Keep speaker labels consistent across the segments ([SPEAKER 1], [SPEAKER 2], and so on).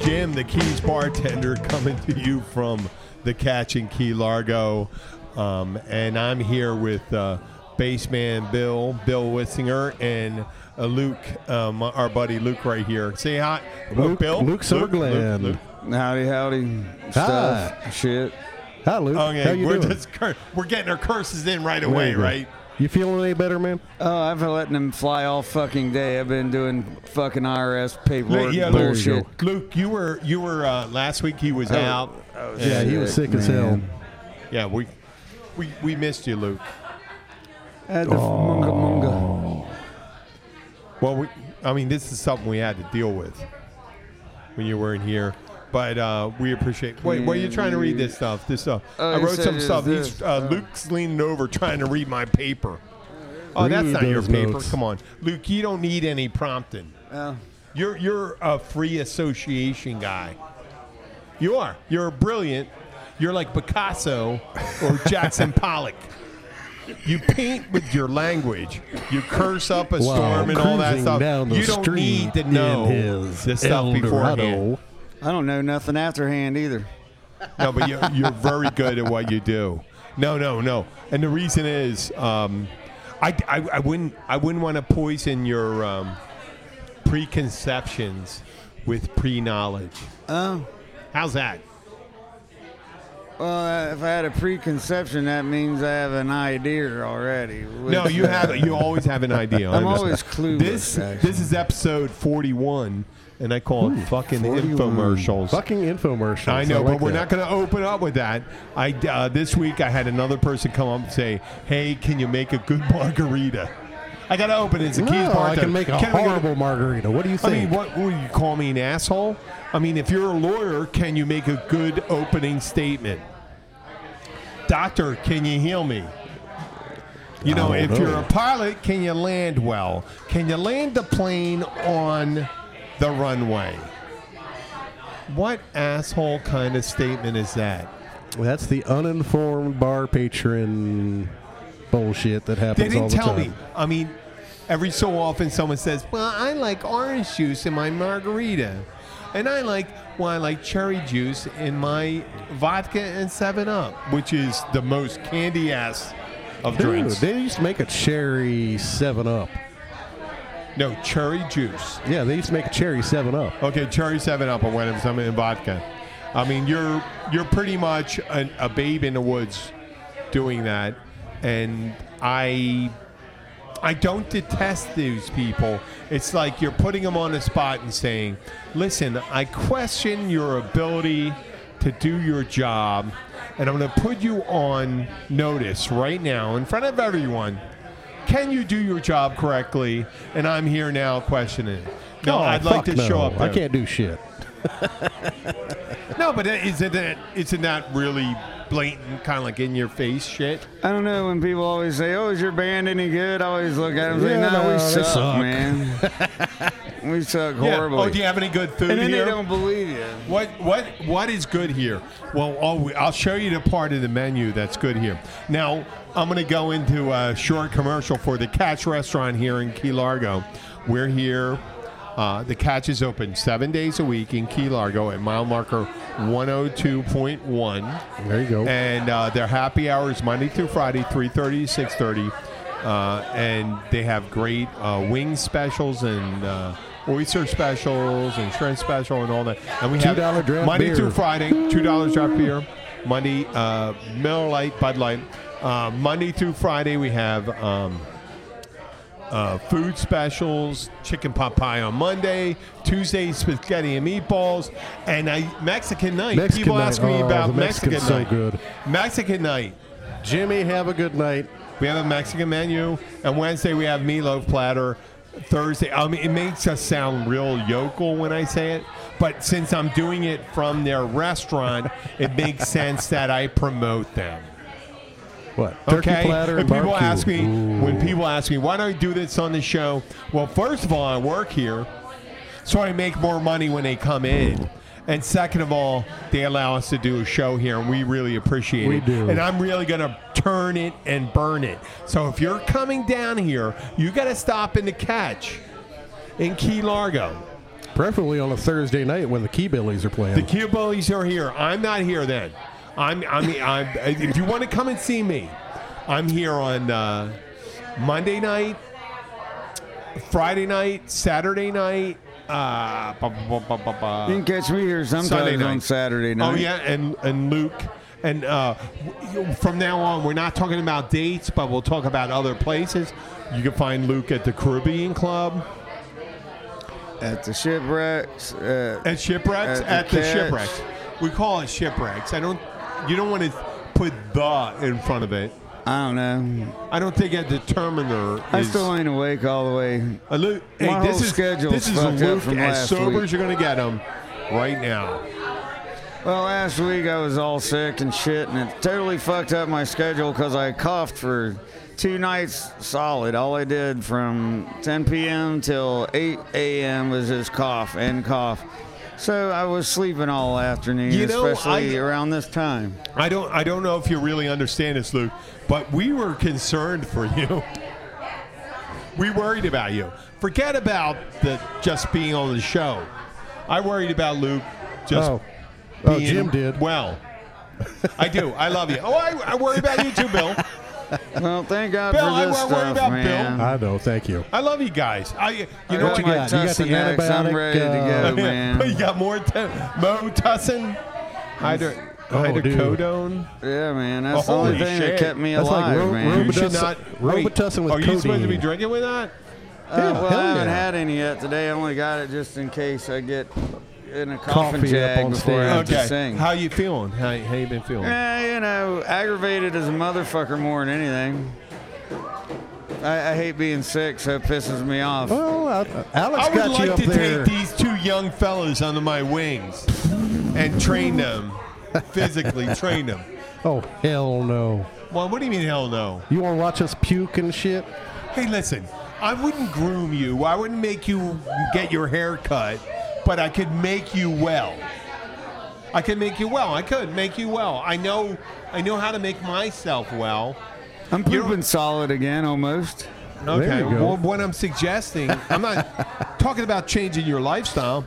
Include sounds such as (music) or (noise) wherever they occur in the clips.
[SPEAKER 1] Jim, the Keys bartender, coming to you from the Catch in Key Largo. Um, and I'm here with uh, bassman Bill, Bill Wissinger, and uh, Luke, um, our buddy Luke right here. Say hi, Oh,
[SPEAKER 2] Luke-
[SPEAKER 1] Bill.
[SPEAKER 2] Luke Sergland.
[SPEAKER 3] Howdy, howdy, stuff, shit.
[SPEAKER 2] Hi, Luke.
[SPEAKER 1] Okay,
[SPEAKER 2] How you
[SPEAKER 1] we're,
[SPEAKER 2] doing?
[SPEAKER 1] just cur- we're getting our curses in right away,
[SPEAKER 2] Very good.
[SPEAKER 1] right?
[SPEAKER 2] You feeling any better, man?
[SPEAKER 3] Oh, I've been letting him fly all fucking day. I've been doing fucking IRS paperwork
[SPEAKER 1] yeah,
[SPEAKER 3] and
[SPEAKER 1] Luke,
[SPEAKER 3] bullshit.
[SPEAKER 1] Luke, you were you were uh, last week. He was out.
[SPEAKER 2] Yeah, he was sick as hell.
[SPEAKER 3] man.
[SPEAKER 1] Yeah, we we we missed you, Luke.
[SPEAKER 3] At the f- munga munga.
[SPEAKER 1] Well, we, I mean, this is something we had to deal with when you weren't here. But uh, we appreciate. Wait, why are you trying to read this stuff? This stuff.
[SPEAKER 3] Oh,
[SPEAKER 1] I
[SPEAKER 3] he
[SPEAKER 1] wrote
[SPEAKER 3] said
[SPEAKER 1] some
[SPEAKER 3] it
[SPEAKER 1] stuff.
[SPEAKER 3] was
[SPEAKER 1] He's,
[SPEAKER 3] this.
[SPEAKER 1] uh, Luke's leaning over trying to read my paper. Oh, that's
[SPEAKER 2] Read
[SPEAKER 1] not your
[SPEAKER 2] those
[SPEAKER 1] paper.
[SPEAKER 2] notes.
[SPEAKER 1] Come on, Luke. You don't need any prompting.
[SPEAKER 3] Oh.
[SPEAKER 1] You're you're a free association guy. You are. You're brilliant. You're like Picasso or
[SPEAKER 2] (laughs)
[SPEAKER 1] Jackson Pollock. You paint with your language. You curse up a
[SPEAKER 2] While
[SPEAKER 1] storm and all that
[SPEAKER 2] cruising
[SPEAKER 1] stuff.
[SPEAKER 2] down the
[SPEAKER 1] you don't
[SPEAKER 2] street
[SPEAKER 1] need to
[SPEAKER 2] in
[SPEAKER 1] know
[SPEAKER 2] his
[SPEAKER 1] the stuff
[SPEAKER 2] El
[SPEAKER 1] beforehand. Hmm.
[SPEAKER 2] Dorado.
[SPEAKER 3] I don't know nothing afterhand either.
[SPEAKER 1] No, but you're, you're very good at what you do. No, no, no. And the reason is, um, I, I, I wouldn't I wouldn't want to poison your um, preconceptions with pre knowledge.
[SPEAKER 3] Oh,
[SPEAKER 1] How's that?
[SPEAKER 3] well, uh, if I had a preconception, that means I have an idea already. which,
[SPEAKER 1] No, you
[SPEAKER 3] uh,
[SPEAKER 1] have you always have an idea.
[SPEAKER 3] I'm
[SPEAKER 1] honestly.
[SPEAKER 3] always clueless,
[SPEAKER 1] This
[SPEAKER 3] actually.
[SPEAKER 1] this is episode 41, and I call it fucking
[SPEAKER 3] 41.
[SPEAKER 1] infomercials.
[SPEAKER 2] Fucking infomercial.
[SPEAKER 1] I know, but we're not going to open up with that. I uh, this week I had another person come up and say, "Hey, can you make a good margarita?" I got to open it. It's a
[SPEAKER 2] No,
[SPEAKER 1] Keys bar.
[SPEAKER 2] I can make a horrible margarita. What do you
[SPEAKER 1] I mean,
[SPEAKER 2] think?
[SPEAKER 1] what will you call me an asshole? I mean, if you're a lawyer, can you make a good opening statement? Doctor, can you heal me? You know,
[SPEAKER 2] I
[SPEAKER 1] if
[SPEAKER 2] don't know.
[SPEAKER 1] you're a pilot, can you land well? Can you land the plane on the runway? What asshole kind of statement is that?
[SPEAKER 2] That's the uninformed bar patron bullshit that happens
[SPEAKER 1] They didn't
[SPEAKER 2] all the
[SPEAKER 1] tell
[SPEAKER 2] time.
[SPEAKER 1] me. I mean, every so often someone says, "Well, I like orange juice in my margarita," and I like, "Well, I like cherry juice in my vodka and Seven Up," which is the most candy ass of
[SPEAKER 2] Dude,
[SPEAKER 1] drinks.
[SPEAKER 2] they used to make a cherry 7 Up.
[SPEAKER 1] no, cherry juice.
[SPEAKER 2] Yeah, they used to make a cherry 7 Up.
[SPEAKER 1] Okay, cherry Seven Up or whatever, something in vodka. I mean, you're you're pretty much an, a babe in the woods doing that, and I I don't detest these people. It's like you're putting them on the spot and saying, "Listen, I question your ability to do your job, and I'm going to put you on notice right now in front of everyone. Can you do your job correctly?" And I'm here now questioning. it. No,
[SPEAKER 2] Oh,
[SPEAKER 1] I'd like
[SPEAKER 2] fuck
[SPEAKER 1] to
[SPEAKER 2] no.
[SPEAKER 1] show up.
[SPEAKER 2] I
[SPEAKER 1] there.
[SPEAKER 2] can't do shit.
[SPEAKER 1] No, but isn't it? Isn't that really blatant, kind of like in your face shit?
[SPEAKER 3] I don't know when people always say, "Oh, is your band any good?" I always look at them and say,
[SPEAKER 2] Yeah,
[SPEAKER 3] "No,
[SPEAKER 2] no,
[SPEAKER 3] we
[SPEAKER 2] they
[SPEAKER 3] suck,
[SPEAKER 2] suck."
[SPEAKER 3] man.
[SPEAKER 1] (laughs)
[SPEAKER 3] we suck horribly."
[SPEAKER 1] Yeah. Oh, do you have any good food
[SPEAKER 3] and then
[SPEAKER 1] here?
[SPEAKER 3] they don't believe you.
[SPEAKER 1] What what what is good here? Well, I'll, we- I'll show you the part of the menu that's good here. Now I'm going to go into a short commercial for the Catch Restaurant here in Key Largo. We're here. Uh, the Catch is open seven days a week in Key Largo at mile marker 102.1.
[SPEAKER 2] There you go.
[SPEAKER 1] And uh, their happy hour is Monday through Friday, 3.30 to 6.30. Uh, and they have great uh, wing specials and uh, oyster specials and shrimp special and all that. And we
[SPEAKER 2] $2
[SPEAKER 1] have
[SPEAKER 2] draft
[SPEAKER 1] Monday
[SPEAKER 2] beer.
[SPEAKER 1] through Friday, $2 draft beer. Monday, uh, Miller Lite, Bud Light. Uh, Monday through Friday, we have... Um, uh, food specials, chicken pot pie on Monday, Tuesday spaghetti and meatballs, and a Mexican night.
[SPEAKER 2] Mexican
[SPEAKER 1] People
[SPEAKER 2] night.
[SPEAKER 1] ask me
[SPEAKER 2] Oh,
[SPEAKER 1] about
[SPEAKER 2] the
[SPEAKER 1] Mexican
[SPEAKER 2] Mexican's so
[SPEAKER 1] night.
[SPEAKER 2] good.
[SPEAKER 1] Mexican night.
[SPEAKER 2] Jimmy, have a good night.
[SPEAKER 1] We have a Mexican menu, and Wednesday we have meatloaf platter. Thursday, I mean, it makes us sound real yokel when I say it, but since I'm doing it from their restaurant, it makes sense that I promote them.
[SPEAKER 2] What? Turkey
[SPEAKER 1] Okay.
[SPEAKER 2] platter
[SPEAKER 1] When
[SPEAKER 2] and
[SPEAKER 1] people
[SPEAKER 2] barbecue.
[SPEAKER 1] ask me,
[SPEAKER 2] Ooh.
[SPEAKER 1] when people ask me, why don't you do this on the show? Well, first of all, I work here, so I make more money when they come in. And second of all, they allow us to do a show here, and we really appreciate
[SPEAKER 2] We
[SPEAKER 1] it.
[SPEAKER 2] do.
[SPEAKER 1] And I'm really going to turn it and burn it. So if you're coming down here, you got to stop in the catch in Key Largo.
[SPEAKER 2] Preferably on a Thursday night when the Key Billies are playing.
[SPEAKER 1] The Kia Bullies are here. I'm not here then. I'm. I mean, I'm. If you want to come and see me, I'm here on uh, Monday night, Friday night, Saturday night. Uh, ba- ba- ba- ba- ba-
[SPEAKER 3] You can catch me here sometimes on Saturday night.
[SPEAKER 1] Oh yeah, and and Luke. And uh, w- from now on, we're not talking about dates, but we'll talk about other places. You can find Luke at the Caribbean Club,
[SPEAKER 3] At the shipwrecks. Uh,
[SPEAKER 1] at shipwrecks,
[SPEAKER 3] At the
[SPEAKER 1] at the,
[SPEAKER 3] Catch.
[SPEAKER 1] shipwrecks. We call it shipwrecks. I don't. You don't want to put the in front of it.
[SPEAKER 3] I don't know.
[SPEAKER 1] I don't think a determiner
[SPEAKER 3] I
[SPEAKER 1] is.
[SPEAKER 3] still ain't awake all the way.
[SPEAKER 1] Uh, Luke, hey,
[SPEAKER 3] My
[SPEAKER 1] this
[SPEAKER 3] whole
[SPEAKER 1] is
[SPEAKER 3] schedule's
[SPEAKER 1] this is
[SPEAKER 3] fucked up
[SPEAKER 1] Luke
[SPEAKER 3] from
[SPEAKER 1] as
[SPEAKER 3] last
[SPEAKER 1] sober
[SPEAKER 3] week.
[SPEAKER 1] as you're gonna get him right now.
[SPEAKER 3] Well, last week I was all sick and shit, and it totally fucked up my schedule because I coughed for two nights solid. All I did from 10 p.m. till 8 a.m. was just cough and cough. So I was sleeping all afternoon,
[SPEAKER 1] You know,
[SPEAKER 3] especially
[SPEAKER 1] I-
[SPEAKER 3] around this time.
[SPEAKER 1] I don't I don't know if you really understand this, Luke, but we were concerned for you. We worried about you. Forget about the just being on the show. I worried about Luke just
[SPEAKER 2] oh. Oh,
[SPEAKER 1] being
[SPEAKER 2] Jim did.
[SPEAKER 1] well. I do. I love you. Oh, I, I worry about you too, Bill.
[SPEAKER 3] Well, thank God
[SPEAKER 1] Bill, I
[SPEAKER 3] for this
[SPEAKER 1] won't worry
[SPEAKER 3] stuff,
[SPEAKER 1] about Bill.
[SPEAKER 3] man.
[SPEAKER 2] I know. Thank you.
[SPEAKER 1] I love you guys. I you
[SPEAKER 3] I
[SPEAKER 1] know
[SPEAKER 3] got
[SPEAKER 1] what?
[SPEAKER 2] you
[SPEAKER 3] my
[SPEAKER 2] got? You got the
[SPEAKER 3] Tussinex, I'm
[SPEAKER 2] antibiotic,
[SPEAKER 3] ready to
[SPEAKER 2] uh,
[SPEAKER 1] (laughs)
[SPEAKER 3] go, man.
[SPEAKER 1] you got more t- Mo Tussin, Hydro,
[SPEAKER 2] Oh, dude.
[SPEAKER 1] hydrocodone.
[SPEAKER 3] Yeah, man, that's
[SPEAKER 1] Oh,
[SPEAKER 3] the
[SPEAKER 1] holy
[SPEAKER 3] only thing
[SPEAKER 1] shit.
[SPEAKER 3] that kept me
[SPEAKER 2] That's like
[SPEAKER 3] alive,
[SPEAKER 2] ro-
[SPEAKER 3] man.
[SPEAKER 1] You should
[SPEAKER 2] Robitussin-
[SPEAKER 1] not.
[SPEAKER 2] Robitussin with
[SPEAKER 1] Wait, Are you supposed to be
[SPEAKER 2] codeine.
[SPEAKER 1] drinking with that?
[SPEAKER 3] Uh,
[SPEAKER 2] Yeah,
[SPEAKER 3] well,
[SPEAKER 2] hell
[SPEAKER 3] I haven't
[SPEAKER 2] yeah.
[SPEAKER 3] had any yet today. I only got it just in case I get in a coffin
[SPEAKER 2] Coffee up
[SPEAKER 3] jag
[SPEAKER 2] on
[SPEAKER 3] before I
[SPEAKER 2] stage.
[SPEAKER 3] have
[SPEAKER 1] Okay.
[SPEAKER 3] to sing.
[SPEAKER 1] How you feeling? How, how you been feeling?
[SPEAKER 3] Eh, you know, aggravated as a motherfucker more than anything. I, I hate being sick, so it pisses me off.
[SPEAKER 2] Well, I, Alex
[SPEAKER 1] I
[SPEAKER 2] got
[SPEAKER 1] would
[SPEAKER 2] you
[SPEAKER 1] like
[SPEAKER 2] up
[SPEAKER 1] to
[SPEAKER 2] there.
[SPEAKER 1] take these two young fellas under my wings and train them physically. train them.
[SPEAKER 2] oh hell no!
[SPEAKER 1] Well, what do you mean? Hell no.
[SPEAKER 2] You want to watch us puke and shit?
[SPEAKER 1] Hey, listen. I wouldn't groom you. I wouldn't make you get your hair cut, but I could make you well. I could make you well. I could make you well. I know. I know how to make myself well.
[SPEAKER 3] I'm
[SPEAKER 1] you
[SPEAKER 3] pooping solid again, almost.
[SPEAKER 1] Okay.
[SPEAKER 2] you go.
[SPEAKER 1] Well, what I'm suggesting, I'm
[SPEAKER 2] (laughs)
[SPEAKER 1] not talking about changing your lifestyle.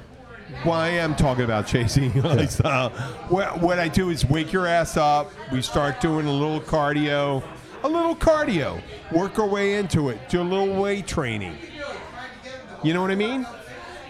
[SPEAKER 1] Well, I am talking about changing your lifestyle. What, what I do is wake your ass up. We start doing a little cardio, a little cardio. Work our way into it. Do a little weight training. You know what I mean?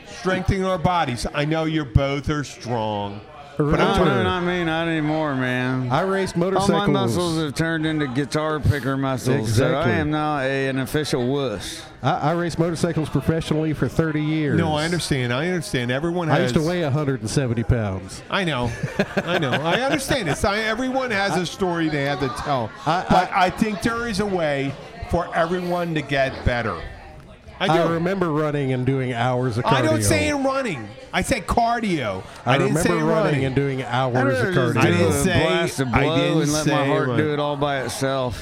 [SPEAKER 1] Strengthening our bodies. I know you're both are strong. But I'm
[SPEAKER 3] No,
[SPEAKER 1] talking-
[SPEAKER 3] no, not me, not anymore, man.
[SPEAKER 2] I raced
[SPEAKER 3] All
[SPEAKER 2] motorcycles.
[SPEAKER 3] my muscles have turned into guitar picker muscles, so I
[SPEAKER 2] Exactly.
[SPEAKER 3] am now a, an official wuss.
[SPEAKER 2] I, I raced motorcycles professionally for 30 years.
[SPEAKER 1] No, I understand. I understand. Everyone has.
[SPEAKER 2] I used to weigh 170 pounds.
[SPEAKER 1] I know, I know, I understand this. I, everyone has a story they have to tell,
[SPEAKER 2] I-
[SPEAKER 1] but I, think there is a way for everyone to get better. I do.
[SPEAKER 2] I
[SPEAKER 1] I,
[SPEAKER 2] remember running and doing hours of cardio.
[SPEAKER 1] don't say in running. I said cardio. I,
[SPEAKER 2] I,
[SPEAKER 1] didn't
[SPEAKER 2] remember
[SPEAKER 1] say
[SPEAKER 2] running,
[SPEAKER 1] running.
[SPEAKER 2] and doing
[SPEAKER 3] I'd
[SPEAKER 2] hours of
[SPEAKER 3] rather
[SPEAKER 2] cardio.
[SPEAKER 3] just do
[SPEAKER 1] I didn't
[SPEAKER 3] a
[SPEAKER 1] say-
[SPEAKER 3] blast of
[SPEAKER 1] I
[SPEAKER 3] blow
[SPEAKER 1] didn't
[SPEAKER 3] and let
[SPEAKER 1] say
[SPEAKER 3] my heart
[SPEAKER 1] run.
[SPEAKER 3] do it all by itself.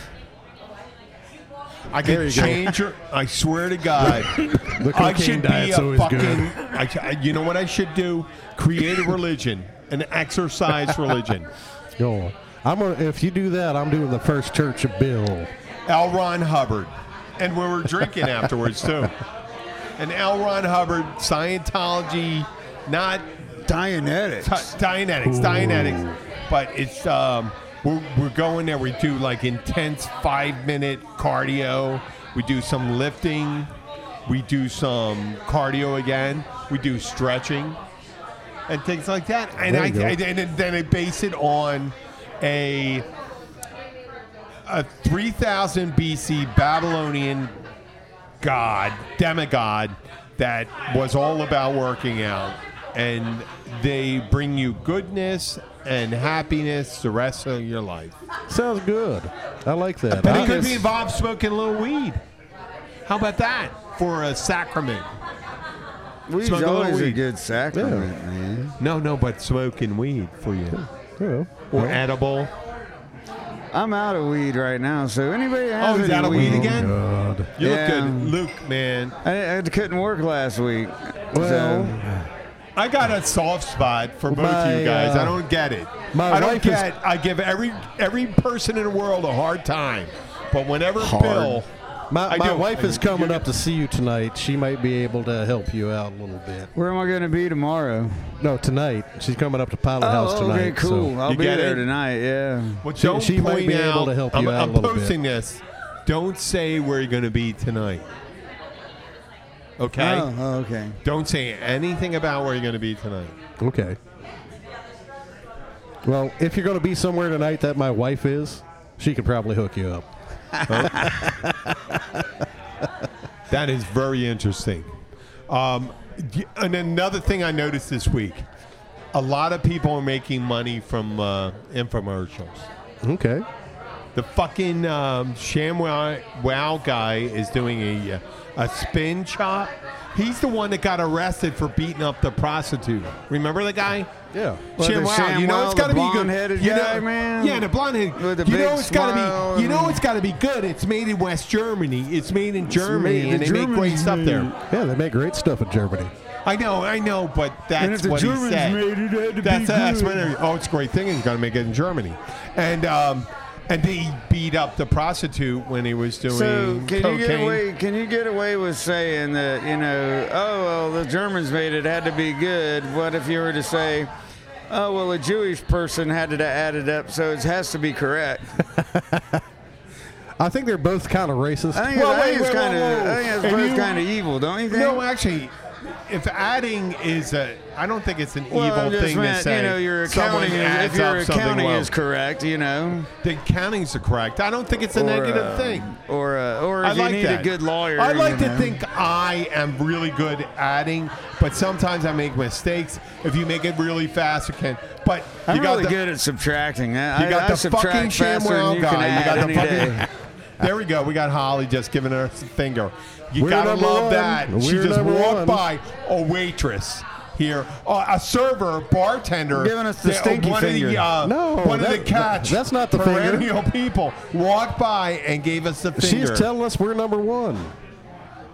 [SPEAKER 1] I could change your. I swear to God, I
[SPEAKER 2] (laughs) cocaine
[SPEAKER 1] should be a
[SPEAKER 2] diet's always
[SPEAKER 1] fucking.
[SPEAKER 2] good.
[SPEAKER 1] I sh- I- you know what I should do? Create a religion, an exercise religion.
[SPEAKER 2] Go on. I'm gonna, if you do that, I'm doing the first church of Bill.
[SPEAKER 1] L. Ron Hubbard, and we were drinking afterwards too. And L. Ron Hubbard, Scientology, not
[SPEAKER 3] Dianetics.
[SPEAKER 1] T- Dianetics, Dianetics. But it's um, we're, we're going there. We do like intense five minute cardio. We do some lifting. We do some cardio again. We do stretching and things like that. And
[SPEAKER 2] There
[SPEAKER 1] I,
[SPEAKER 2] you
[SPEAKER 1] I
[SPEAKER 2] go.
[SPEAKER 1] and then I base it on a a 3000 BC Babylonian god, demigod, that was all about working out. And they bring you goodness and happiness the rest of your life.
[SPEAKER 2] Sounds good. I like that.
[SPEAKER 1] And
[SPEAKER 2] I-
[SPEAKER 1] it could be involved smoking a little weed. How about that for a sacrament?
[SPEAKER 3] Weed's
[SPEAKER 1] Smoke a little
[SPEAKER 3] always a
[SPEAKER 1] weed.
[SPEAKER 3] good sacrament, man.
[SPEAKER 1] No, no, but smoking weed for you.
[SPEAKER 2] yeah. Oh
[SPEAKER 1] Or edible.
[SPEAKER 3] I'm out of weed right now, so anybody that has
[SPEAKER 1] Oh, he's
[SPEAKER 3] any
[SPEAKER 1] out of weed again?
[SPEAKER 2] God.
[SPEAKER 1] You
[SPEAKER 3] Yeah.
[SPEAKER 1] look good. Luke, man.
[SPEAKER 3] I, I couldn't work last week.
[SPEAKER 2] Well,
[SPEAKER 3] so-
[SPEAKER 1] I got a soft spot for both of
[SPEAKER 2] My,
[SPEAKER 1] you guys.
[SPEAKER 2] uh,
[SPEAKER 1] I don't get it.
[SPEAKER 2] my
[SPEAKER 1] I don't
[SPEAKER 2] wife is-
[SPEAKER 1] get. I give every every person in the world a hard time, but whenever
[SPEAKER 3] Hard.
[SPEAKER 1] Bill,
[SPEAKER 2] My,
[SPEAKER 1] I
[SPEAKER 2] my
[SPEAKER 1] do.
[SPEAKER 2] wife is
[SPEAKER 1] And you're
[SPEAKER 2] coming
[SPEAKER 1] gonna-
[SPEAKER 2] up to see you tonight. She might be able to help you out a little bit.
[SPEAKER 3] Where am I going to be tomorrow?
[SPEAKER 2] No, tonight. She's coming up to Pilot House
[SPEAKER 3] Oh,
[SPEAKER 2] tonight.
[SPEAKER 3] okay, cool.
[SPEAKER 2] so-
[SPEAKER 3] I'll
[SPEAKER 1] You
[SPEAKER 3] be
[SPEAKER 1] get
[SPEAKER 3] there
[SPEAKER 1] it?
[SPEAKER 3] tonight. Yeah.
[SPEAKER 1] Well,
[SPEAKER 2] She-
[SPEAKER 1] don't
[SPEAKER 2] she might
[SPEAKER 1] point
[SPEAKER 2] be able
[SPEAKER 1] out-
[SPEAKER 2] to help
[SPEAKER 1] I'm,
[SPEAKER 2] you out a
[SPEAKER 1] I'm
[SPEAKER 2] little bit.
[SPEAKER 1] posting this. Don't say where you're going to be tonight. Okay.
[SPEAKER 3] Oh, oh, okay.
[SPEAKER 1] Don't say anything about where you're going to be tonight.
[SPEAKER 2] Okay. Well, if you're going to be somewhere tonight that my wife is, she could probably hook you up.
[SPEAKER 1] That is very interesting. Um, y- and another thing I noticed this week, a lot of people are making money from uh, infomercials.
[SPEAKER 2] Okay.
[SPEAKER 1] The fucking um, ShamWow Wow guy is doing a uh, a spin chop. He's the one that got arrested for beating up the prostitute. Remember the guy?
[SPEAKER 2] Yeah.
[SPEAKER 3] Well, the
[SPEAKER 1] ShamWow, you know
[SPEAKER 3] ShamWow,
[SPEAKER 1] it's got to
[SPEAKER 3] the
[SPEAKER 1] be good.
[SPEAKER 3] blonde-headed
[SPEAKER 1] you know,
[SPEAKER 3] guy, man.
[SPEAKER 1] Yeah, the blonde headed.
[SPEAKER 3] With the
[SPEAKER 1] you know
[SPEAKER 3] big
[SPEAKER 1] it's got to
[SPEAKER 3] smile
[SPEAKER 1] be. You know
[SPEAKER 3] and-
[SPEAKER 1] it's got to be good. It's made in West Germany. It's made in Germany,
[SPEAKER 3] made-
[SPEAKER 1] and
[SPEAKER 3] the
[SPEAKER 1] they make great
[SPEAKER 3] Germans
[SPEAKER 1] stuff there.
[SPEAKER 3] made-
[SPEAKER 2] Yeah, they make great stuff in Germany.
[SPEAKER 1] I know, I know, but
[SPEAKER 3] and
[SPEAKER 1] that's
[SPEAKER 3] if the
[SPEAKER 1] what
[SPEAKER 3] Germans
[SPEAKER 1] he said.
[SPEAKER 3] made it, it had to
[SPEAKER 1] that's
[SPEAKER 3] be
[SPEAKER 1] that's
[SPEAKER 3] good.
[SPEAKER 1] what it- Oh, it's a great thing. He's going to make it in Germany, and um, and they beat up the prostitute when he was doing
[SPEAKER 3] So can
[SPEAKER 1] cocaine.
[SPEAKER 3] you get away? Can you get away with saying that you know? Oh well, the Germans made it had to be good. What if you were to say, oh well, a Jewish person had to add it up, so it has to be correct.
[SPEAKER 2] I think they're both kind of racist.
[SPEAKER 3] I think,
[SPEAKER 1] Well,
[SPEAKER 3] I
[SPEAKER 1] wait,
[SPEAKER 3] think it's
[SPEAKER 1] wait, whoa,
[SPEAKER 3] kind of,
[SPEAKER 1] whoa.
[SPEAKER 3] I think
[SPEAKER 1] If
[SPEAKER 3] it's both
[SPEAKER 1] you-
[SPEAKER 3] kind of evil, don't you think?
[SPEAKER 1] No, actually, if adding is a, I don't think it's an
[SPEAKER 3] well, I
[SPEAKER 1] evil
[SPEAKER 3] just
[SPEAKER 1] thing
[SPEAKER 3] meant,
[SPEAKER 1] to say.
[SPEAKER 3] you know, your
[SPEAKER 1] someone
[SPEAKER 3] accounting. Is,
[SPEAKER 1] adds
[SPEAKER 3] if your
[SPEAKER 1] up something
[SPEAKER 3] accounting
[SPEAKER 1] low.
[SPEAKER 3] is correct, you know,
[SPEAKER 1] the accounting's the correct. I don't think it's a negative
[SPEAKER 3] uh,
[SPEAKER 1] thing.
[SPEAKER 3] or uh, or if
[SPEAKER 1] I
[SPEAKER 3] you
[SPEAKER 1] like
[SPEAKER 3] need
[SPEAKER 1] that.
[SPEAKER 3] a good lawyer,
[SPEAKER 1] I like
[SPEAKER 3] you
[SPEAKER 1] to
[SPEAKER 3] know.
[SPEAKER 1] think I am really good at adding, but sometimes I make mistakes. If you make it really fast, you can. But you
[SPEAKER 3] I'm
[SPEAKER 1] got
[SPEAKER 3] really
[SPEAKER 1] the,
[SPEAKER 3] good at subtracting. I,
[SPEAKER 1] You
[SPEAKER 3] I-
[SPEAKER 1] got
[SPEAKER 3] I
[SPEAKER 1] the
[SPEAKER 3] subtract
[SPEAKER 1] fucking
[SPEAKER 3] faster than
[SPEAKER 1] ShamWow
[SPEAKER 3] you
[SPEAKER 1] guy.
[SPEAKER 3] Can
[SPEAKER 1] You
[SPEAKER 3] add
[SPEAKER 1] got the
[SPEAKER 3] any
[SPEAKER 1] fucking- (laughs)
[SPEAKER 3] day.
[SPEAKER 1] There we go. We got Holly just giving her a finger. You
[SPEAKER 2] We're
[SPEAKER 1] gotta
[SPEAKER 2] number
[SPEAKER 1] love
[SPEAKER 2] one.
[SPEAKER 1] that. she
[SPEAKER 2] We're
[SPEAKER 1] just
[SPEAKER 2] number
[SPEAKER 1] walked
[SPEAKER 2] one.
[SPEAKER 1] by a waitress here, uh, a server, bartender,
[SPEAKER 3] Giving us the
[SPEAKER 1] that-
[SPEAKER 3] stinky
[SPEAKER 1] one Of the,
[SPEAKER 3] finger.
[SPEAKER 1] uh,
[SPEAKER 2] No,
[SPEAKER 1] one of
[SPEAKER 2] that-
[SPEAKER 1] the catch.
[SPEAKER 2] that's not the finger.
[SPEAKER 1] perennial people walked by and gave us the finger
[SPEAKER 2] She's telling us we're number one.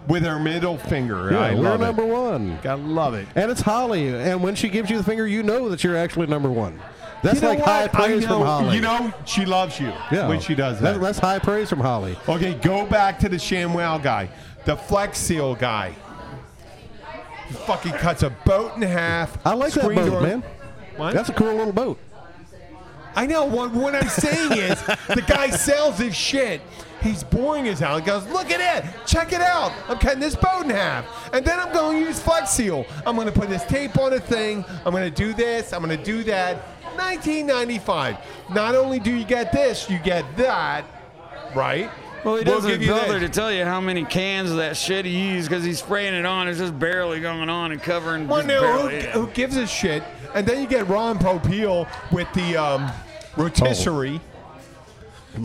[SPEAKER 1] with her middle finger.
[SPEAKER 2] Yeah,
[SPEAKER 1] I
[SPEAKER 2] we're
[SPEAKER 1] love
[SPEAKER 2] number
[SPEAKER 1] it.
[SPEAKER 2] one.
[SPEAKER 1] Gotta love it.
[SPEAKER 2] And it's Holly. And when she gives you the finger, you know that you're actually number one. That's
[SPEAKER 1] You know
[SPEAKER 2] like
[SPEAKER 1] what?
[SPEAKER 2] high
[SPEAKER 1] I
[SPEAKER 2] praise
[SPEAKER 1] know,
[SPEAKER 2] from Holly.
[SPEAKER 1] You know she loves you
[SPEAKER 2] yeah.
[SPEAKER 1] when she does that.
[SPEAKER 2] That's high praise from Holly.
[SPEAKER 1] Okay, go back to the ShamWow guy, the Flex Seal guy. He fucking cuts a boat in half.
[SPEAKER 2] I like that
[SPEAKER 1] screen
[SPEAKER 2] boat,
[SPEAKER 1] door-
[SPEAKER 2] man.
[SPEAKER 1] What?
[SPEAKER 2] That's a cool little boat.
[SPEAKER 1] I know. What, what I'm saying is, the guy sells his shit. He's boring as hell. He goes, look at it. Check it out. I'm cutting this boat in half. And then I'm going to use Flex Seal. I'm going to put this tape on a thing. I'm going to do this. I'm going to do that. 1995. Not only do you get this, you get that, right?
[SPEAKER 3] Well, he
[SPEAKER 1] We'll
[SPEAKER 3] doesn't
[SPEAKER 1] give you
[SPEAKER 3] bother
[SPEAKER 1] this.
[SPEAKER 3] to tell you how many cans of that shit he used because he's spraying it on. It's just barely going on and covering.
[SPEAKER 1] Well,
[SPEAKER 3] just
[SPEAKER 1] no,
[SPEAKER 3] barely.
[SPEAKER 1] who, who gives a shit? And then you get Ron Popeil with the um, rotisserie.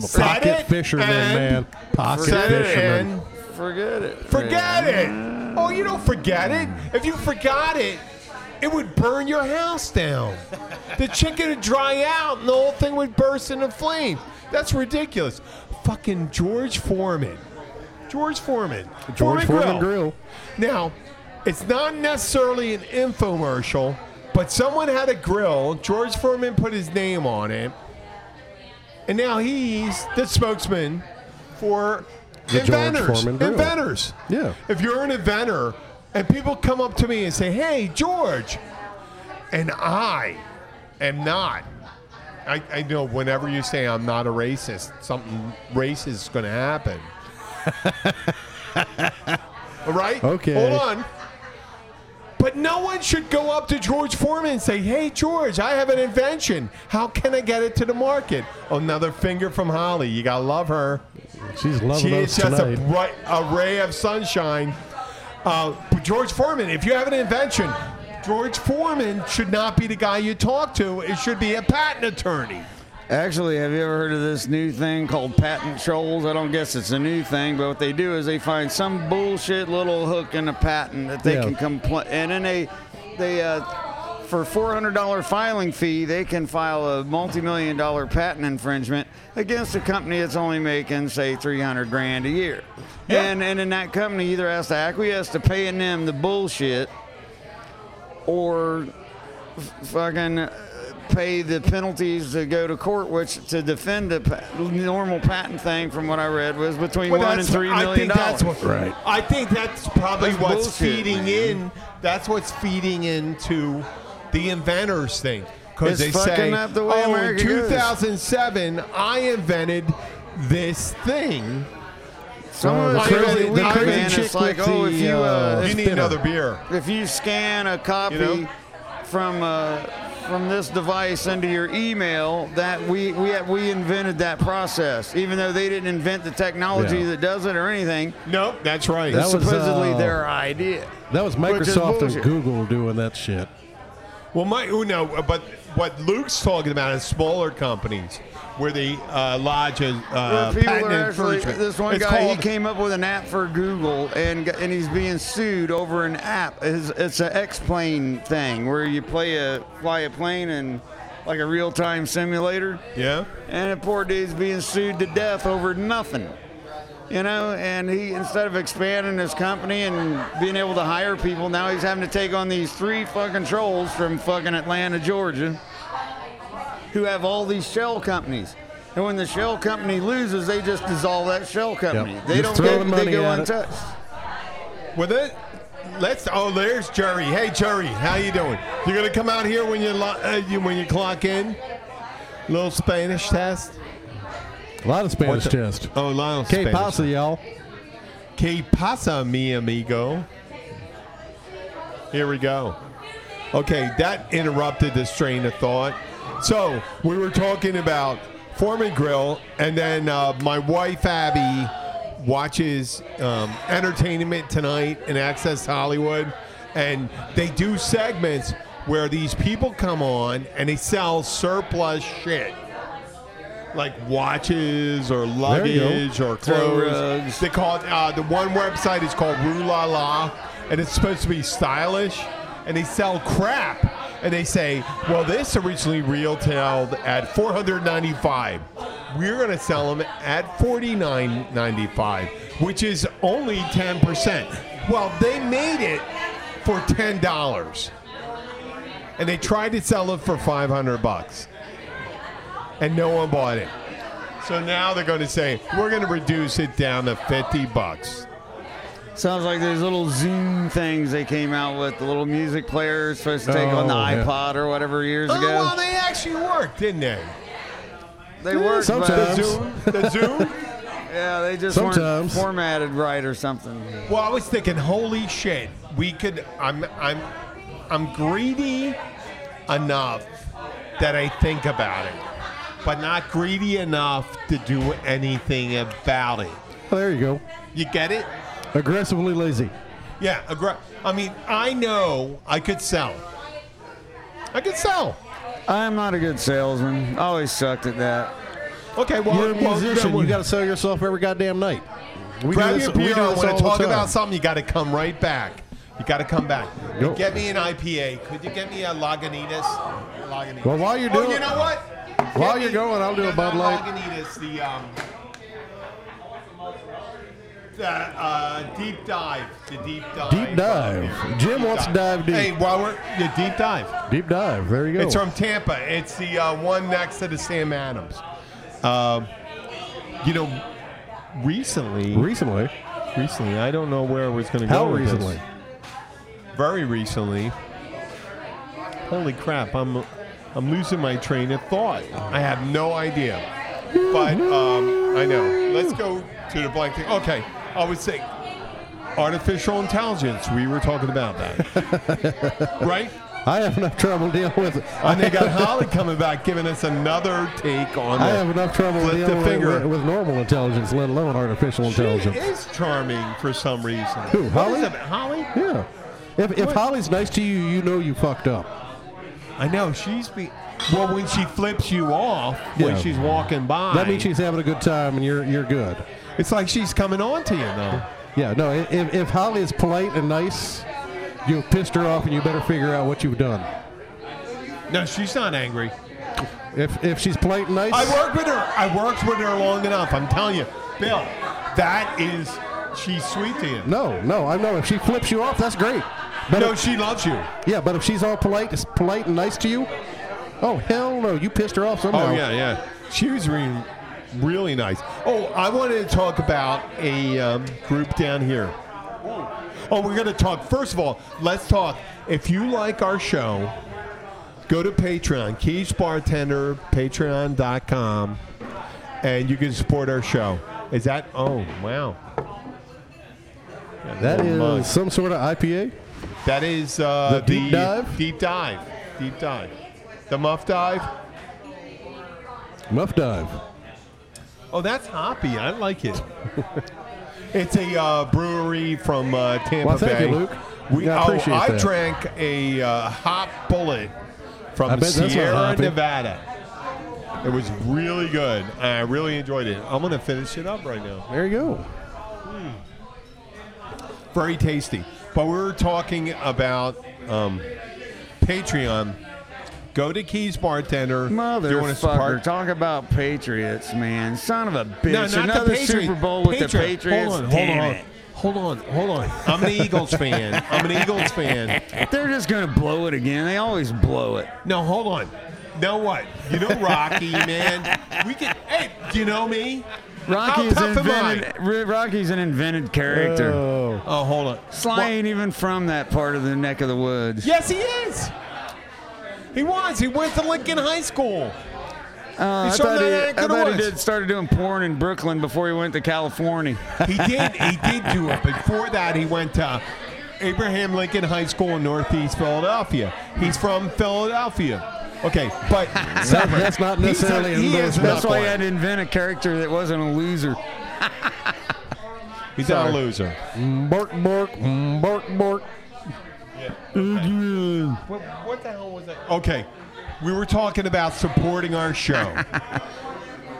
[SPEAKER 1] Set
[SPEAKER 2] Pocket
[SPEAKER 1] it
[SPEAKER 2] fisherman,
[SPEAKER 1] and-
[SPEAKER 2] man. Pocket
[SPEAKER 1] Set it
[SPEAKER 2] fisherman.
[SPEAKER 1] and
[SPEAKER 3] Forget it.
[SPEAKER 1] forget
[SPEAKER 3] Yeah.
[SPEAKER 1] it. Oh, you don't forget it. If you forgot it, it would burn your house down. The chicken would dry out and the whole thing would burst into flame. That's ridiculous. Fucking George Foreman. George Foreman.
[SPEAKER 2] George Foreman Grill.
[SPEAKER 1] Now, it's not necessarily an infomercial, but someone had a grill. George Foreman put his name on it, and now he's the spokesman for
[SPEAKER 2] The George
[SPEAKER 1] inventors.
[SPEAKER 2] Foreman Grill.
[SPEAKER 1] Inventors.
[SPEAKER 2] Yeah.
[SPEAKER 1] If you're an inventor, and people come up to me and say, "Hey, George," and I am not. I, I know whenever you say I'm not a racist, something racist is going to happen. (laughs) All right?
[SPEAKER 2] Okay.
[SPEAKER 1] Hold on. But no one should go up to George Foreman and say, Hey, George, I have an invention. How can I get it to the market? Another finger from Holly. You got to love her.
[SPEAKER 2] She's loving
[SPEAKER 1] She
[SPEAKER 2] us
[SPEAKER 1] is just a
[SPEAKER 2] tonight.
[SPEAKER 1] bright a ray of sunshine. Uh, but George Foreman, if you have an invention, George Foreman should not be the guy you talk to. It should be a patent attorney.
[SPEAKER 3] Actually, have you ever heard of this new thing called patent trolls? I don't guess it's a new thing, but what they do is they find some bullshit little hook in a patent that they
[SPEAKER 2] Yeah.
[SPEAKER 3] can complain, and then they, they, uh, for four hundred dollar filing fee, they can file a multi million dollar patent infringement against a company that's only making say three hundred grand a year,
[SPEAKER 1] Yeah.
[SPEAKER 3] and and then that company either has to acquiesce to paying them the bullshit, or fucking uh, pay the penalties to go to court, which to defend the pa- normal patent thing, from what I read, was between
[SPEAKER 1] Well,
[SPEAKER 3] one and
[SPEAKER 1] that's-
[SPEAKER 3] three
[SPEAKER 1] I
[SPEAKER 3] million
[SPEAKER 1] think
[SPEAKER 3] dollars.
[SPEAKER 1] that's what,
[SPEAKER 2] Right.
[SPEAKER 1] I think that's probably
[SPEAKER 3] That's
[SPEAKER 1] what's
[SPEAKER 3] bullshit,
[SPEAKER 1] feeding
[SPEAKER 3] man.
[SPEAKER 1] in. That's what's feeding into the inventors thing because they
[SPEAKER 3] It's
[SPEAKER 1] say,
[SPEAKER 3] fucking up the way
[SPEAKER 1] "Oh,
[SPEAKER 3] America
[SPEAKER 1] in
[SPEAKER 3] goes."
[SPEAKER 1] 2007, I invented this thing."
[SPEAKER 3] Some of
[SPEAKER 1] Well,
[SPEAKER 3] it's
[SPEAKER 1] the
[SPEAKER 3] really
[SPEAKER 1] crazy- the
[SPEAKER 3] weak,
[SPEAKER 1] crazy
[SPEAKER 3] man.
[SPEAKER 2] chick
[SPEAKER 3] It's like,
[SPEAKER 2] with
[SPEAKER 3] oh, if
[SPEAKER 2] the,
[SPEAKER 3] you
[SPEAKER 2] uh,
[SPEAKER 3] uh,
[SPEAKER 1] You need
[SPEAKER 2] Spinner.
[SPEAKER 1] another beer.
[SPEAKER 3] if you scan a copy
[SPEAKER 1] You know?
[SPEAKER 3] from uh, from this device into your email, that we we we invented that process, even though they didn't invent the technology
[SPEAKER 2] Yeah.
[SPEAKER 3] that does it or anything.
[SPEAKER 1] Nope, that's right.
[SPEAKER 2] That
[SPEAKER 3] It's
[SPEAKER 2] was,
[SPEAKER 3] supposedly
[SPEAKER 2] uh,
[SPEAKER 3] their idea.
[SPEAKER 2] That was
[SPEAKER 3] Which is
[SPEAKER 2] Microsoft and
[SPEAKER 3] bullshit.
[SPEAKER 2] Google doing that shit.
[SPEAKER 1] Well, my oh, no, but what Luke's talking about is smaller companies where they uh, lodge a uh,
[SPEAKER 3] Where people
[SPEAKER 1] patent
[SPEAKER 3] are actually-
[SPEAKER 1] infringement.
[SPEAKER 3] This one
[SPEAKER 1] It's
[SPEAKER 3] guy, he
[SPEAKER 1] called-
[SPEAKER 3] came up with an app for Google, and got- and he's being sued over an app. It's, it's an X-plane thing where you play a fly a plane and like a real-time simulator.
[SPEAKER 1] yeah.
[SPEAKER 3] And the poor dude's being sued to death over nothing. You know, and he instead of expanding his company and being able to hire people, now he's having to take on these three fucking trolls from fucking Atlanta, Georgia, who have all these shell companies. And when the shell company loses, they just dissolve that shell company.
[SPEAKER 2] Yep.
[SPEAKER 3] They
[SPEAKER 2] Just
[SPEAKER 3] don't
[SPEAKER 2] throwing
[SPEAKER 3] go,
[SPEAKER 2] money
[SPEAKER 3] they go
[SPEAKER 2] at it.
[SPEAKER 3] untouched.
[SPEAKER 1] With it, let's. Oh, there's Jerry. Hey, Jerry, how you doing? You're gonna come out here when you, lo- uh, you when you clock in. Little Spanish test.
[SPEAKER 2] A lot of Spanish
[SPEAKER 1] What the-
[SPEAKER 2] chest.
[SPEAKER 1] Oh, Lionel.
[SPEAKER 2] Que
[SPEAKER 1] Spanish.
[SPEAKER 2] pasa, y'all?
[SPEAKER 1] Que pasa, mi amigo? Here we go. Okay, that interrupted this train of thought. So we were talking about Foreman Grill, and then uh, my wife Abby watches um, Entertainment Tonight and Access Hollywood, and they do segments where these people come on and they sell surplus shit. Like watches or
[SPEAKER 2] you go.
[SPEAKER 1] luggage or clothes.
[SPEAKER 3] rugs.
[SPEAKER 1] They call it, uh, the one website is called Rue La La, and it's supposed to be stylish, and they sell crap. And they say, well, this originally retailed at 495. We're going to sell them at 49.95, which is only 10%. Well, they made it for $10. And they tried to sell it for 500 bucks. And no one bought it. So now they're going to say we're going to reduce it down to fifty bucks.
[SPEAKER 3] Sounds like those little Zoom things they came out with, the little music players supposed to take on the
[SPEAKER 2] Oh, yeah.
[SPEAKER 3] iPod or whatever years
[SPEAKER 1] Oh,
[SPEAKER 3] ago.
[SPEAKER 1] well, they actually worked, didn't they?
[SPEAKER 3] they worked, but-
[SPEAKER 2] sometimes.
[SPEAKER 1] The Zoom, the
[SPEAKER 2] (laughs)
[SPEAKER 1] Zoom.
[SPEAKER 3] Yeah, they just
[SPEAKER 2] Sometimes.
[SPEAKER 3] weren't formatted right or something.
[SPEAKER 1] Well, I was thinking, holy shit, we could. I'm, I'm, I'm greedy enough that I think about it, but not greedy enough to do anything about it.
[SPEAKER 2] Oh, there you go.
[SPEAKER 1] You get it?
[SPEAKER 2] Aggressively lazy.
[SPEAKER 1] Yeah, aggra- I mean, I know I could sell. I could sell.
[SPEAKER 3] I'm not a good salesman. I always sucked at that.
[SPEAKER 1] Okay, well,
[SPEAKER 2] You're a
[SPEAKER 1] well,
[SPEAKER 2] musician.
[SPEAKER 1] then-
[SPEAKER 2] You got to sell yourself every goddamn night. We
[SPEAKER 1] Grab
[SPEAKER 2] do
[SPEAKER 1] your
[SPEAKER 2] this, we
[SPEAKER 1] beer.
[SPEAKER 2] do
[SPEAKER 1] I
[SPEAKER 2] this
[SPEAKER 1] want
[SPEAKER 2] all
[SPEAKER 1] to
[SPEAKER 2] the
[SPEAKER 1] talk
[SPEAKER 2] time.
[SPEAKER 1] about something. You got to come right back. You got to come back.
[SPEAKER 2] Go.
[SPEAKER 1] Get me an IPA. Could you get me a Lagunitas? Lagunitas.
[SPEAKER 2] Well, while you're
[SPEAKER 1] oh,
[SPEAKER 2] doing-
[SPEAKER 1] you know what?
[SPEAKER 2] while
[SPEAKER 1] Get
[SPEAKER 2] you're
[SPEAKER 1] me-
[SPEAKER 2] going, I'll do
[SPEAKER 1] no,
[SPEAKER 2] a Bud
[SPEAKER 1] not
[SPEAKER 2] Light.
[SPEAKER 1] Lagunitas, the um, the uh, deep dive. The deep dive.
[SPEAKER 2] Deep dive. Jim wants to dive deep.
[SPEAKER 1] Hey, while we're the deep dive.
[SPEAKER 2] Deep dive. There you go.
[SPEAKER 1] It's from Tampa. It's the uh, one next to the Sam Adams. Um, you know, recently,
[SPEAKER 2] recently.
[SPEAKER 1] recently, I don't know where I was going to
[SPEAKER 2] How
[SPEAKER 1] go. with this.
[SPEAKER 2] recently?
[SPEAKER 1] Very recently. Holy crap! I'm I'm losing my train of thought. I have no idea. But um, I know. Let's go to the blank thing. Okay, I would say artificial intelligence. We were talking about that,
[SPEAKER 2] (laughs)
[SPEAKER 1] right?
[SPEAKER 2] I have enough trouble dealing with it.
[SPEAKER 1] And (laughs) they got Holly coming back, giving us another take on.
[SPEAKER 2] I
[SPEAKER 1] the-
[SPEAKER 2] have enough trouble
[SPEAKER 1] Flip the
[SPEAKER 2] dealing with,
[SPEAKER 1] finger.
[SPEAKER 2] with, with normal intelligence, let alone artificial intelligence.
[SPEAKER 1] She is charming for some reason.
[SPEAKER 2] Who,
[SPEAKER 1] What
[SPEAKER 2] Holly?
[SPEAKER 1] is it, Holly?
[SPEAKER 2] Yeah. If, if
[SPEAKER 1] What?
[SPEAKER 2] Holly's nice to you, you know you fucked up.
[SPEAKER 1] I know she's be. Well, when she flips you off when
[SPEAKER 2] Yeah.
[SPEAKER 1] she's walking by,
[SPEAKER 2] That means she's having a good time and you're you're good.
[SPEAKER 1] It's like she's coming on to you though.
[SPEAKER 2] Yeah, no, i- if, if Holly is polite and nice, you've pissed her off and you better figure out what you've done.
[SPEAKER 1] No, she's not angry.
[SPEAKER 2] If, if she's polite and nice,
[SPEAKER 1] I worked with her. I worked with her long enough. I'm telling you, Bill. That is, she's sweet to you.
[SPEAKER 2] no, no, I know. If she flips you off, that's great. But
[SPEAKER 1] No,
[SPEAKER 2] if-
[SPEAKER 1] she loves you.
[SPEAKER 2] yeah, but if she's all polite, polite and nice to you, Oh hell no! You pissed her off somehow.
[SPEAKER 1] Oh yeah, yeah. She was re- really nice. Oh, I wanted to talk about a um, group down here. Oh, we're gonna talk. First of all, let's talk. If you like our show, go to Patreon, Keys Bartender, Patreon.com, and you can support our show. Is that? Oh, wow.
[SPEAKER 2] That
[SPEAKER 1] Oh,
[SPEAKER 2] is
[SPEAKER 1] my.
[SPEAKER 2] some sort of IPA.
[SPEAKER 1] That is uh,
[SPEAKER 2] The deep dive?
[SPEAKER 1] Deep dive. Deep dive. The muff dive.
[SPEAKER 2] Muff dive.
[SPEAKER 1] Oh, that's hoppy. I like it. (laughs) it's a uh, brewery from uh, Tampa
[SPEAKER 2] Well, thank
[SPEAKER 1] Bay.
[SPEAKER 2] you, Luke.
[SPEAKER 1] We,
[SPEAKER 2] Yeah, I
[SPEAKER 1] oh,
[SPEAKER 2] appreciate
[SPEAKER 1] I
[SPEAKER 2] that.
[SPEAKER 1] drank a uh, hop bullet
[SPEAKER 2] I
[SPEAKER 1] from
[SPEAKER 2] bet that's not
[SPEAKER 1] Sierra,
[SPEAKER 2] hoppy.
[SPEAKER 1] Nevada. It was really good. I really enjoyed it. I'm going to finish it up right now.
[SPEAKER 2] There you go.
[SPEAKER 1] Very tasty. But we were talking about um, Patreon. Go to Keys Bartender. If you wanna
[SPEAKER 3] Motherfucker,
[SPEAKER 1] support-
[SPEAKER 3] talk about Patriots, man. Son of a bitch.
[SPEAKER 1] No, not
[SPEAKER 3] Another
[SPEAKER 1] the Patriots.
[SPEAKER 3] Super Bowl with the
[SPEAKER 1] Patriots.
[SPEAKER 3] Patriots.
[SPEAKER 1] Hold on, hold
[SPEAKER 3] Damn
[SPEAKER 1] on.
[SPEAKER 3] it.
[SPEAKER 1] Hold on, hold on. I'm an Eagles fan. I'm an Eagles fan.
[SPEAKER 3] They're just going to blow it again. They always blow it.
[SPEAKER 1] No, hold on. Now what? You know Rocky, man. We can. Hey, do you know me?
[SPEAKER 3] Rocky's,
[SPEAKER 1] How tough am I?
[SPEAKER 3] invented, R- Rocky's an invented character.
[SPEAKER 1] Oh, hold on.
[SPEAKER 3] Sly ain't even from that part of the neck of the woods.
[SPEAKER 1] Yes, he is. He was. He went to Lincoln High School.
[SPEAKER 3] Uh, I
[SPEAKER 1] He's from
[SPEAKER 3] thought,
[SPEAKER 1] that
[SPEAKER 3] he,
[SPEAKER 1] neck
[SPEAKER 3] I
[SPEAKER 1] of the
[SPEAKER 3] thought he
[SPEAKER 1] woods.
[SPEAKER 3] did, started doing porn in Brooklyn before he went to California.
[SPEAKER 1] He did. He did do it. Before that, he went to Abraham Lincoln High School in Northeast Philadelphia. He's from Philadelphia. Okay,
[SPEAKER 3] (laughs)
[SPEAKER 1] but separate.
[SPEAKER 2] that's not
[SPEAKER 1] He's a-
[SPEAKER 2] necessarily an
[SPEAKER 1] he is
[SPEAKER 2] endorsement.
[SPEAKER 1] not
[SPEAKER 3] That's why he
[SPEAKER 1] black.
[SPEAKER 3] had to invent a character that wasn't a loser.
[SPEAKER 1] He's
[SPEAKER 3] Sorry.
[SPEAKER 1] not a loser.
[SPEAKER 2] Bark, bark, mm, bark, bark. Adrian.
[SPEAKER 1] What, what the hell was that? Okay, we were talking about supporting our show.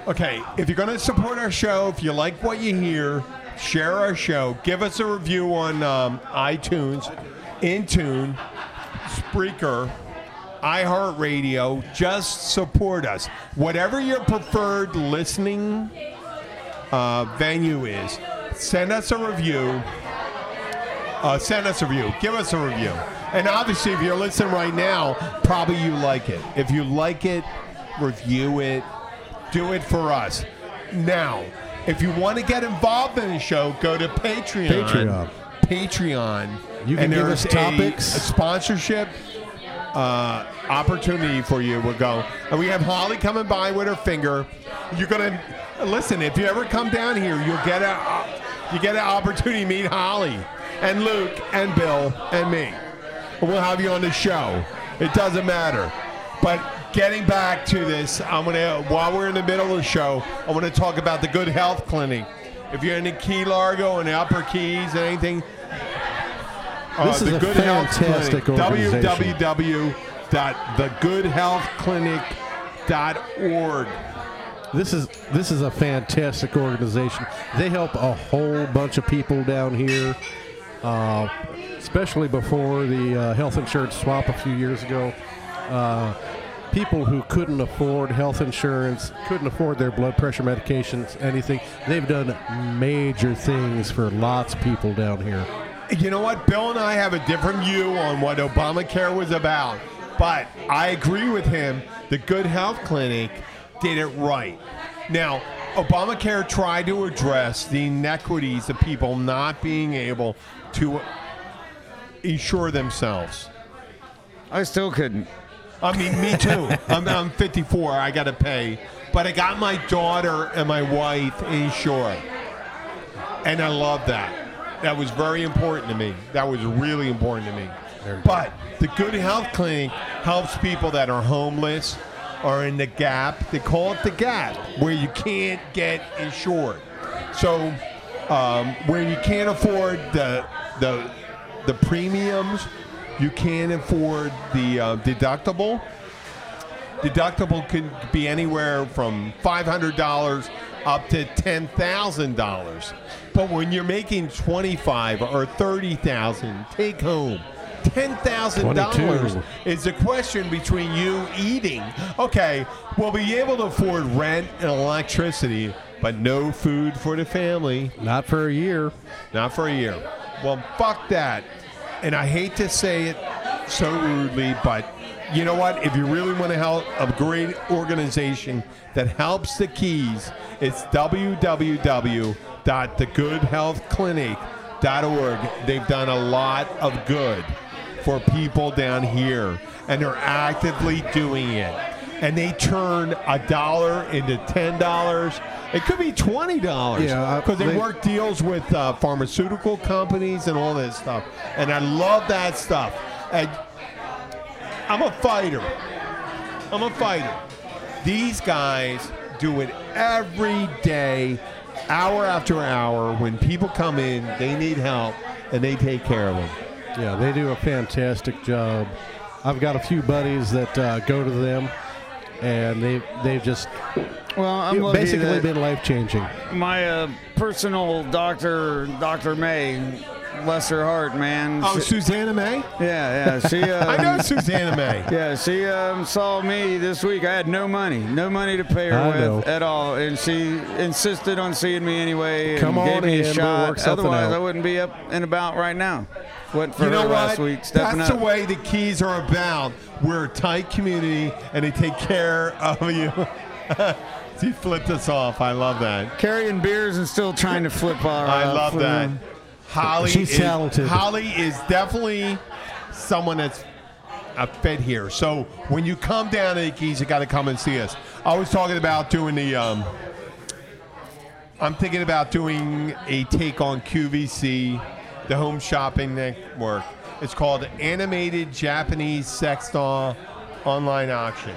[SPEAKER 1] okay, if you're going to support our show, if you like what you hear, share our show, give us a review on um, iTunes, Intune, Spreaker, iHeartRadio. Just support us. Whatever your preferred listening uh, venue is, send us a review uh, send us a review. Give us a review. And obviously, if you're listening right now, probably you like it. If you like it, review it. Do it for us. Now, if you want to get involved in the show, go to Patreon.
[SPEAKER 2] Patreon.
[SPEAKER 1] Patreon.
[SPEAKER 2] You can
[SPEAKER 1] and
[SPEAKER 2] give
[SPEAKER 1] there's
[SPEAKER 2] us
[SPEAKER 1] a-
[SPEAKER 2] topics.
[SPEAKER 1] A, sponsorship uh, opportunity for you. We'll go. And we have Holly coming by with her finger. You're gonna listen. If you ever come down here, you'll get a you get an opportunity to meet Holly and Luke and Bill and me. And we'll have you on the show. It doesn't matter. But getting back to this, I'm gonna while we're in the middle of the show, I want to talk about the Good Health Clinic. If you're in the Key Largo and the Upper Keys and anything, uh,
[SPEAKER 2] This is
[SPEAKER 1] the
[SPEAKER 2] a
[SPEAKER 1] Good Health
[SPEAKER 2] fantastic
[SPEAKER 1] Clinic,
[SPEAKER 2] organization.
[SPEAKER 1] www.thegoodhealthclinic.org.
[SPEAKER 2] This is this is a fantastic organization. They help a whole bunch of people down here, uh, especially before the uh, health insurance swap a few years ago. Uh, people who couldn't afford health insurance, couldn't afford their blood pressure medications, anything. They've done major things for lots of people down here.
[SPEAKER 1] You know what? Bill and I have a different view on what Obamacare was about, but I agree with him. The Good Health Clinic did it right. Now, Obamacare tried to address the inequities of people not being able to insure themselves.
[SPEAKER 3] I still couldn't.
[SPEAKER 1] I mean, me too. I'm, I'm 54. I got to pay. But I got my daughter and my wife insured. And I love that. That was very important to me. That was really important to me. But the Good Health Clinic helps people that are homeless or in the gap. They call it the gap, where you can't get insured. So, um, where you can't afford the, the, the premiums, you can't afford the uh, deductible deductible can be anywhere from $500 up to $10,000. But when you're making 25 or 30,000 take home $10,000 is the question between you eating. Okay, we'll be able to afford rent and electricity, but no food for the family.
[SPEAKER 2] Not for a year.
[SPEAKER 1] Not for a year. Well, fuck that. And I hate to say it so rudely, but you know what? If you really want to help a great organization that helps the keys, it's www.thegoodhealthclinic.org. They've done a lot of good for people down here, and they're actively doing it. And they turn a dollar into ten dollars. It could be twenty dollars
[SPEAKER 2] Yeah, I-
[SPEAKER 1] because they
[SPEAKER 2] they-
[SPEAKER 1] work deals with uh, pharmaceutical companies and all that stuff. And I love that stuff. And I'm a fighter. I'm a fighter. These guys do it every day, hour after hour. When people come in, they need help and they take care of them.
[SPEAKER 2] Yeah, they do a fantastic job. I've got a few buddies that uh, go to them, and they they've just
[SPEAKER 3] Well, I'm lucky
[SPEAKER 2] basically
[SPEAKER 3] that-
[SPEAKER 2] been life changing.
[SPEAKER 3] my uh, personal doctor, Dr. May, bless her heart, man.
[SPEAKER 1] Oh,
[SPEAKER 3] she,
[SPEAKER 1] Susanna May?
[SPEAKER 3] yeah,
[SPEAKER 1] (laughs)
[SPEAKER 3] yeah. She, uh,
[SPEAKER 1] I know Susanna (laughs) May.
[SPEAKER 3] Yeah, she um, saw me this week. I had no money, no money to pay her
[SPEAKER 2] I
[SPEAKER 3] with
[SPEAKER 2] know.
[SPEAKER 3] at all, and she insisted on seeing me anyway. And
[SPEAKER 2] Come on
[SPEAKER 3] gave me
[SPEAKER 2] in,
[SPEAKER 3] a
[SPEAKER 2] we'll
[SPEAKER 3] shot.
[SPEAKER 2] work something
[SPEAKER 3] Otherwise,
[SPEAKER 2] out.
[SPEAKER 3] I wouldn't be up and about right now. Went for
[SPEAKER 1] You know
[SPEAKER 3] her
[SPEAKER 1] what?
[SPEAKER 3] last week. Stepping
[SPEAKER 1] That's
[SPEAKER 3] up.
[SPEAKER 1] the way the keys are about. We're a tight community and they take care of you. (laughs) he flipped us off. I love that.
[SPEAKER 3] Carrying beers and still trying to flip our.
[SPEAKER 1] I
[SPEAKER 3] uh,
[SPEAKER 1] love
[SPEAKER 3] flip
[SPEAKER 1] that.
[SPEAKER 3] them.
[SPEAKER 1] Holly
[SPEAKER 2] She's
[SPEAKER 1] is,
[SPEAKER 2] talented.
[SPEAKER 1] Holly is definitely someone that's a fed here. So when you come down to the Keys, you got to come and see us. I was talking about doing the. Um, I'm thinking about doing a take on QVC, the Home Shopping Network. It's called Animated Japanese Sex Doll Online Auction.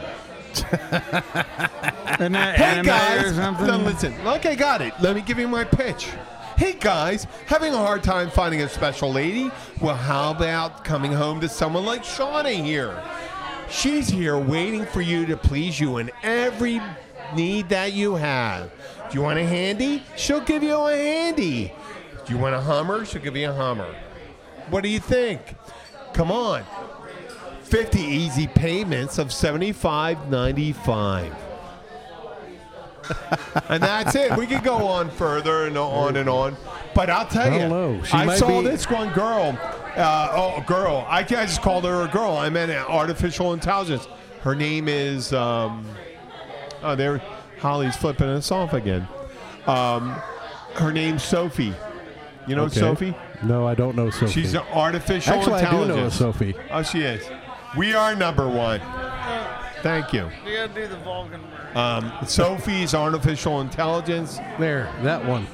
[SPEAKER 3] Isn't that
[SPEAKER 1] Hey
[SPEAKER 3] anime
[SPEAKER 1] guys,
[SPEAKER 3] or something?
[SPEAKER 1] then listen. Okay, got it. Let me give you my pitch. Hey guys, having a hard time finding a special lady? Well, how about coming home to someone like Shawnee here? She's here waiting for you to please you in every need that you have. Do you want a handy? She'll give you a handy. Do you want a Hummer? She'll give you a Hummer. What do you think? Come on. 50 easy payments of 75.95 (laughs) and that's it. We could go on further and on and on, but I'll tell
[SPEAKER 2] I
[SPEAKER 1] you,
[SPEAKER 2] don't know. She
[SPEAKER 1] I
[SPEAKER 2] might
[SPEAKER 1] saw
[SPEAKER 2] be-
[SPEAKER 1] this one girl. Uh, oh, girl! I, I just called her a girl. I meant an artificial intelligence. Her name is. Um, oh, there, Holly's flipping us off again. Um, her name's Sophie. You know
[SPEAKER 2] Okay.
[SPEAKER 1] Sophie?
[SPEAKER 2] No, I don't know Sophie.
[SPEAKER 1] She's an artificial
[SPEAKER 2] Actually, I do
[SPEAKER 1] intelligence.
[SPEAKER 2] know a Sophie.
[SPEAKER 1] Oh, she is. We are number one. Thank you.
[SPEAKER 3] You gotta do the Vulcan. word.
[SPEAKER 1] Um, Sophie's artificial intelligence.
[SPEAKER 2] There, that one.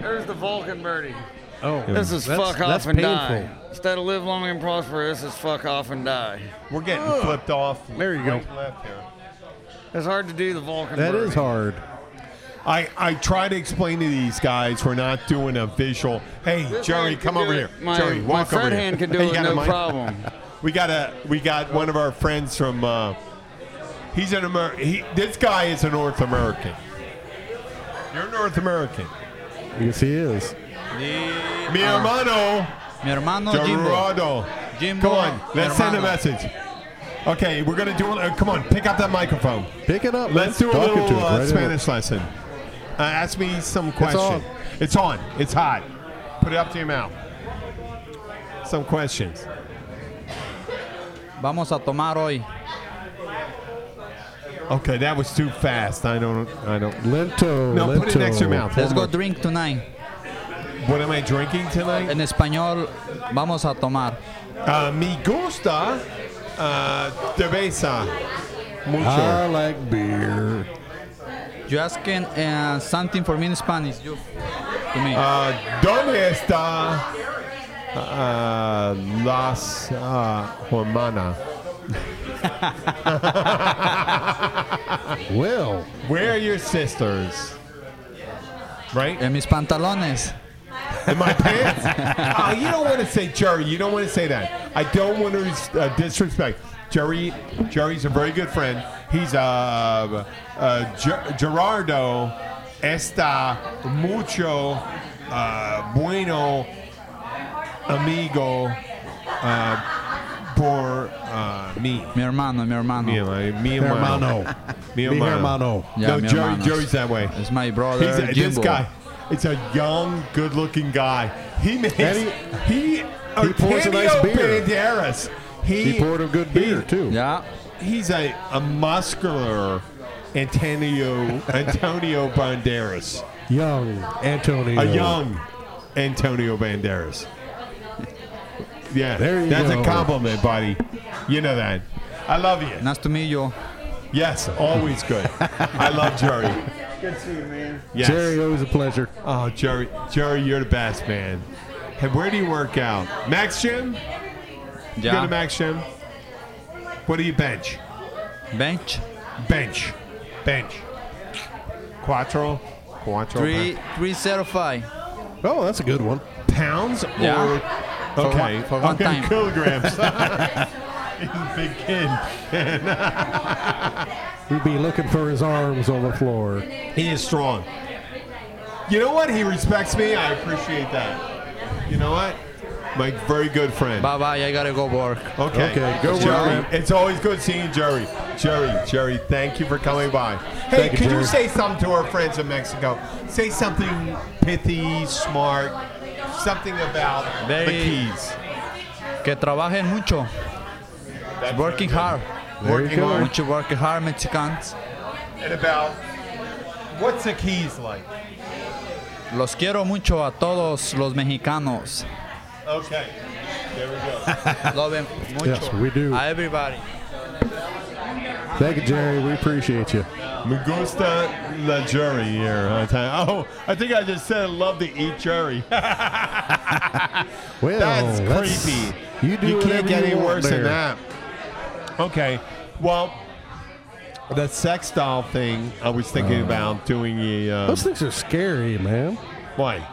[SPEAKER 3] There's the Vulcan birdie.
[SPEAKER 2] Oh,
[SPEAKER 3] This is
[SPEAKER 2] that's,
[SPEAKER 3] fuck off
[SPEAKER 2] that's
[SPEAKER 3] and
[SPEAKER 2] painful.
[SPEAKER 3] die. Instead of live long and prosper, this is fuck off and die.
[SPEAKER 1] We're getting flipped off.
[SPEAKER 2] Oh. There you go.
[SPEAKER 1] right and left here.
[SPEAKER 3] It's hard to do the Vulcan.
[SPEAKER 2] That
[SPEAKER 3] birdie.
[SPEAKER 2] is hard.
[SPEAKER 1] I, I try to explain to these guys we're not doing a visual. Hey,
[SPEAKER 3] This
[SPEAKER 1] Jerry,
[SPEAKER 3] hand
[SPEAKER 1] come
[SPEAKER 3] can
[SPEAKER 1] over
[SPEAKER 3] do
[SPEAKER 1] here.
[SPEAKER 3] it. My,
[SPEAKER 1] Jerry,
[SPEAKER 3] my
[SPEAKER 1] walk
[SPEAKER 3] third
[SPEAKER 1] over here.
[SPEAKER 3] hand
[SPEAKER 1] (laughs)
[SPEAKER 3] can do
[SPEAKER 1] Hey,
[SPEAKER 3] it
[SPEAKER 1] you got a
[SPEAKER 3] no
[SPEAKER 1] mic?
[SPEAKER 3] problem.
[SPEAKER 1] We got a we got one of our friends from. Uh, he's an Amer- he, This guy is a North American. You're North American.
[SPEAKER 2] Yes, he is.
[SPEAKER 1] Mi hermano
[SPEAKER 4] Ah. Mi hermano Jimbo.
[SPEAKER 1] Gerardo.
[SPEAKER 4] Jimbo.
[SPEAKER 1] Come on,
[SPEAKER 4] mi
[SPEAKER 1] let's send a
[SPEAKER 4] hermano.
[SPEAKER 1] message. Okay, we're gonna do. Uh, come on, pick up that microphone.
[SPEAKER 2] Pick it up.
[SPEAKER 1] Let's do a
[SPEAKER 2] Talking
[SPEAKER 1] little
[SPEAKER 2] to him
[SPEAKER 1] uh,
[SPEAKER 2] right in.
[SPEAKER 1] Spanish lesson. Uh, ask me some question.
[SPEAKER 2] on.
[SPEAKER 1] It's on. It's hot. Put it up to your mouth. Some questions.
[SPEAKER 4] Vamos a tomar hoy.
[SPEAKER 1] Okay, that was too fast. I don't. I don't.
[SPEAKER 2] Lento.
[SPEAKER 1] No,
[SPEAKER 2] lento.
[SPEAKER 1] put it next to your mouth.
[SPEAKER 4] Let's
[SPEAKER 1] One
[SPEAKER 4] go
[SPEAKER 1] more.
[SPEAKER 4] drink tonight.
[SPEAKER 1] What am I drinking tonight?
[SPEAKER 4] En español, vamos a tomar.
[SPEAKER 1] Uh, me gusta uh, cerveza mucho.
[SPEAKER 2] I like beer.
[SPEAKER 4] You asking uh, something for me in Spanish. You to me.
[SPEAKER 1] Uh, ¿Dónde está uh, las uh, hermanas?
[SPEAKER 2] Well,
[SPEAKER 1] Where are your sisters? Right?
[SPEAKER 4] en mis pantalones.
[SPEAKER 1] in my pants. oh, you don't want to say Jerry. You don't want to say that. I don't want to uh, disrespect Jerry. Jerry's a very good friend. He's uh, uh, Ger- Gerardo está mucho uh, bueno amigo uh, por uh, me.
[SPEAKER 4] Mi hermano, mi hermano.
[SPEAKER 1] Me and my, me and
[SPEAKER 2] hermano.
[SPEAKER 1] (laughs) Mi
[SPEAKER 2] Mi
[SPEAKER 1] hermano.
[SPEAKER 2] hermano.
[SPEAKER 4] Yeah,
[SPEAKER 1] no,
[SPEAKER 4] mi
[SPEAKER 1] Jerry,
[SPEAKER 4] hermanos.
[SPEAKER 1] Jerry's that way.
[SPEAKER 4] It's my brother.
[SPEAKER 1] He's a, this
[SPEAKER 4] Jimbo.
[SPEAKER 1] guy. It's a young, good-looking guy. He makes
[SPEAKER 2] And
[SPEAKER 1] he he,
[SPEAKER 2] he pours a nice
[SPEAKER 1] Antonio
[SPEAKER 2] beer.
[SPEAKER 1] Banderas. He,
[SPEAKER 2] He poured a good beer
[SPEAKER 1] he-
[SPEAKER 2] too.
[SPEAKER 4] Yeah.
[SPEAKER 1] He's a, a muscular
[SPEAKER 2] (laughs)
[SPEAKER 1] Antonio Antonio Banderas,
[SPEAKER 2] Young Antonio.
[SPEAKER 1] a young Antonio Banderas. Yeah,
[SPEAKER 2] There you
[SPEAKER 1] that's
[SPEAKER 2] go.
[SPEAKER 1] a compliment, buddy. You know that. I love you.
[SPEAKER 4] Nice to meet you.
[SPEAKER 1] Yes, always good. I love Jerry.
[SPEAKER 3] Good to see you, man.
[SPEAKER 1] Yes.
[SPEAKER 2] Jerry, always a pleasure.
[SPEAKER 1] Oh, Jerry, Jerry, you're the best, man. Hey, where do you work out? Max Gym? You go
[SPEAKER 4] Yeah.
[SPEAKER 1] to Max Gym? What do you bench?
[SPEAKER 4] Bench.
[SPEAKER 1] Bench. Bench. Quattro? Quattro.
[SPEAKER 4] Three three zero five.
[SPEAKER 2] Oh, that's a good one.
[SPEAKER 1] pounds?
[SPEAKER 4] Yeah.
[SPEAKER 1] Or,
[SPEAKER 4] For
[SPEAKER 1] okay.
[SPEAKER 4] one- for one
[SPEAKER 1] okay,
[SPEAKER 4] time. (laughs)
[SPEAKER 1] kilograms. (laughs) Big kid.
[SPEAKER 2] He'd be looking for his arms on the floor.
[SPEAKER 1] He is strong. You know what? He respects me. I appreciate that. You know what? My very good friend.
[SPEAKER 4] Bye bye. I gotta go work.
[SPEAKER 1] Okay.
[SPEAKER 2] Okay, go
[SPEAKER 1] Jerry.
[SPEAKER 2] work.
[SPEAKER 1] It's always good seeing Jerry. Jerry, Jerry, thank you for coming by. Hey,
[SPEAKER 2] Thank you,
[SPEAKER 1] could you
[SPEAKER 2] Jerry.
[SPEAKER 1] say something to our friends in Mexico? Say something pithy, smart, something about the
[SPEAKER 4] Very-
[SPEAKER 1] keys.
[SPEAKER 4] Que trabajen mucho.
[SPEAKER 1] That's
[SPEAKER 4] Working
[SPEAKER 1] very
[SPEAKER 4] hard.
[SPEAKER 1] good. Working
[SPEAKER 2] go.
[SPEAKER 1] hard.
[SPEAKER 4] Mucho work hard, Mexicans.
[SPEAKER 1] And about what's the keys like?
[SPEAKER 4] Los quiero mucho a todos los mexicanos.
[SPEAKER 1] Okay. There we go.
[SPEAKER 4] Love them mucho.
[SPEAKER 2] Yes, we do.
[SPEAKER 4] A everybody.
[SPEAKER 2] Thank you, Jerry. We appreciate you.
[SPEAKER 1] (laughs) Me gusta la Jerry here. I tell you. Oh, I think I just said I love to eat Jerry. (laughs)
[SPEAKER 2] Well,
[SPEAKER 1] Oh, That's creepy.
[SPEAKER 2] You do
[SPEAKER 1] can't
[SPEAKER 2] whatever
[SPEAKER 1] get
[SPEAKER 2] you
[SPEAKER 1] any
[SPEAKER 2] want
[SPEAKER 1] worse
[SPEAKER 2] there.
[SPEAKER 1] than that. Okay. Well, the sex doll thing I was thinking about doing a uh,
[SPEAKER 2] Those things are scary, man.
[SPEAKER 1] why?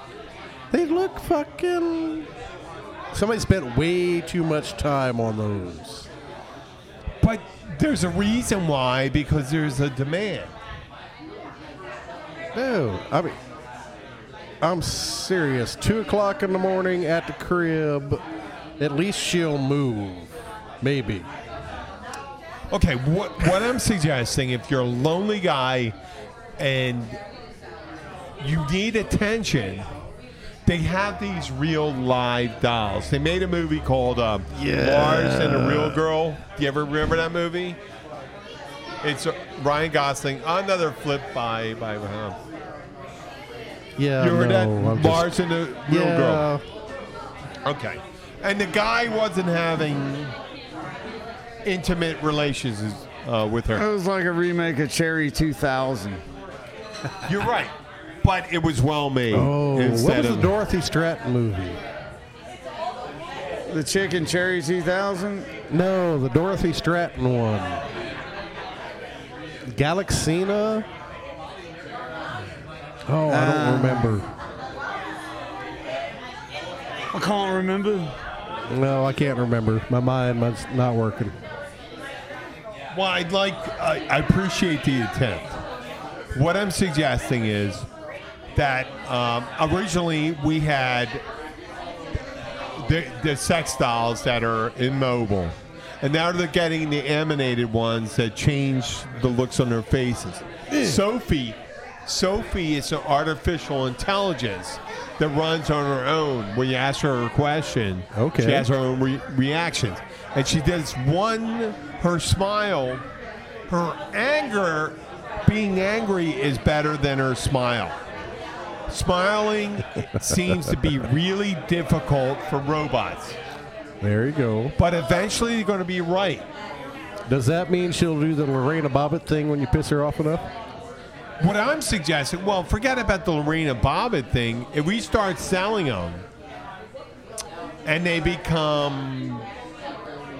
[SPEAKER 2] They look fucking. Somebody spent way too much time on those.
[SPEAKER 1] But there's a reason why because there's a demand.
[SPEAKER 2] No, I mean, I'm serious. Two o'clock in the morning at the crib. At least she'll move, maybe.
[SPEAKER 1] Okay, what what I'm suggesting if you're a lonely guy and you need attention, they have these real live dolls. They made a movie called uh, Lars and the Real Girl. Do you ever remember that movie? It's uh, Ryan Gosling. Another flip by by. Uh,
[SPEAKER 2] Yeah,
[SPEAKER 1] you heard
[SPEAKER 2] no,
[SPEAKER 1] that
[SPEAKER 2] I'm just-
[SPEAKER 1] Lars and the Real
[SPEAKER 2] yeah,
[SPEAKER 1] Girl. Okay. And the guy wasn't having intimate relations uh, with her.
[SPEAKER 3] It was like a remake of Cherry 2000.
[SPEAKER 1] You're right, but it was well made.
[SPEAKER 2] Oh, what
[SPEAKER 1] instead
[SPEAKER 2] was the
[SPEAKER 1] of-
[SPEAKER 2] Dorothy Stratton movie?
[SPEAKER 3] The chick in Cherry 2000?
[SPEAKER 2] No, the Dorothy Stratton one. Galaxina? Oh, I
[SPEAKER 1] Ah.
[SPEAKER 2] don't remember.
[SPEAKER 3] I can't remember.
[SPEAKER 2] No, I can't remember. My mind mind's not working.
[SPEAKER 1] Well, I'd like. I, I appreciate the attempt. What I'm suggesting is that um, originally we had the, the sex dolls that are immobile, and now they're getting the animated ones that change the looks on their faces. Sophie, Sophie is an artificial intelligence that runs on her own. When you ask her a question,
[SPEAKER 2] Okay.
[SPEAKER 1] she has her own re- reactions, and she does one. Her smile, her anger, being angry is better than her smile. Smiling seems to be really difficult for robots,
[SPEAKER 2] There you go.
[SPEAKER 1] but eventually you're going to be right.
[SPEAKER 2] Does that mean she'll do the Lorena Bobbitt thing when you piss her off enough?
[SPEAKER 1] What I'm suggesting, well, forget about the Lorena Bobbitt thing. If we start selling them and they become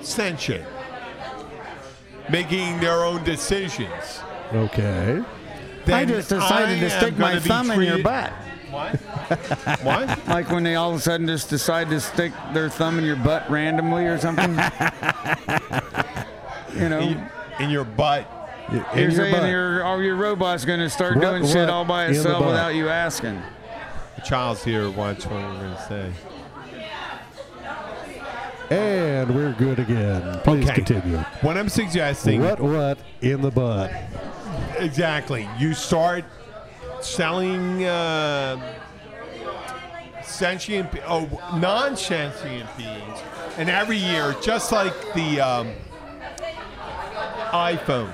[SPEAKER 1] sentient, making their own decisions,
[SPEAKER 2] Okay.
[SPEAKER 3] I
[SPEAKER 1] then
[SPEAKER 3] just decided
[SPEAKER 1] I
[SPEAKER 3] to stick
[SPEAKER 1] am
[SPEAKER 3] my
[SPEAKER 1] gonna be
[SPEAKER 3] thumb in your
[SPEAKER 1] treated-
[SPEAKER 3] butt.
[SPEAKER 1] What?
[SPEAKER 3] (laughs)
[SPEAKER 1] what?
[SPEAKER 3] Like when they all of a sudden just decide to stick their thumb in your butt randomly or something. you know,
[SPEAKER 1] In, in your butt.
[SPEAKER 3] you're
[SPEAKER 2] In your
[SPEAKER 3] saying
[SPEAKER 2] butt.
[SPEAKER 3] your, all your robot's going to start
[SPEAKER 2] What-
[SPEAKER 3] doing shit
[SPEAKER 2] what
[SPEAKER 3] all by
[SPEAKER 2] in the
[SPEAKER 3] itself
[SPEAKER 2] butt?
[SPEAKER 3] without you asking.
[SPEAKER 1] Child's here. Watch what we're going to say.
[SPEAKER 2] And we're good again. Please continue.
[SPEAKER 1] What I'm suggesting,
[SPEAKER 2] What what in the butt?
[SPEAKER 1] exactly, you start selling uh, sentient, be- oh, non-sentient beings, and every year, just like the um, iPhone,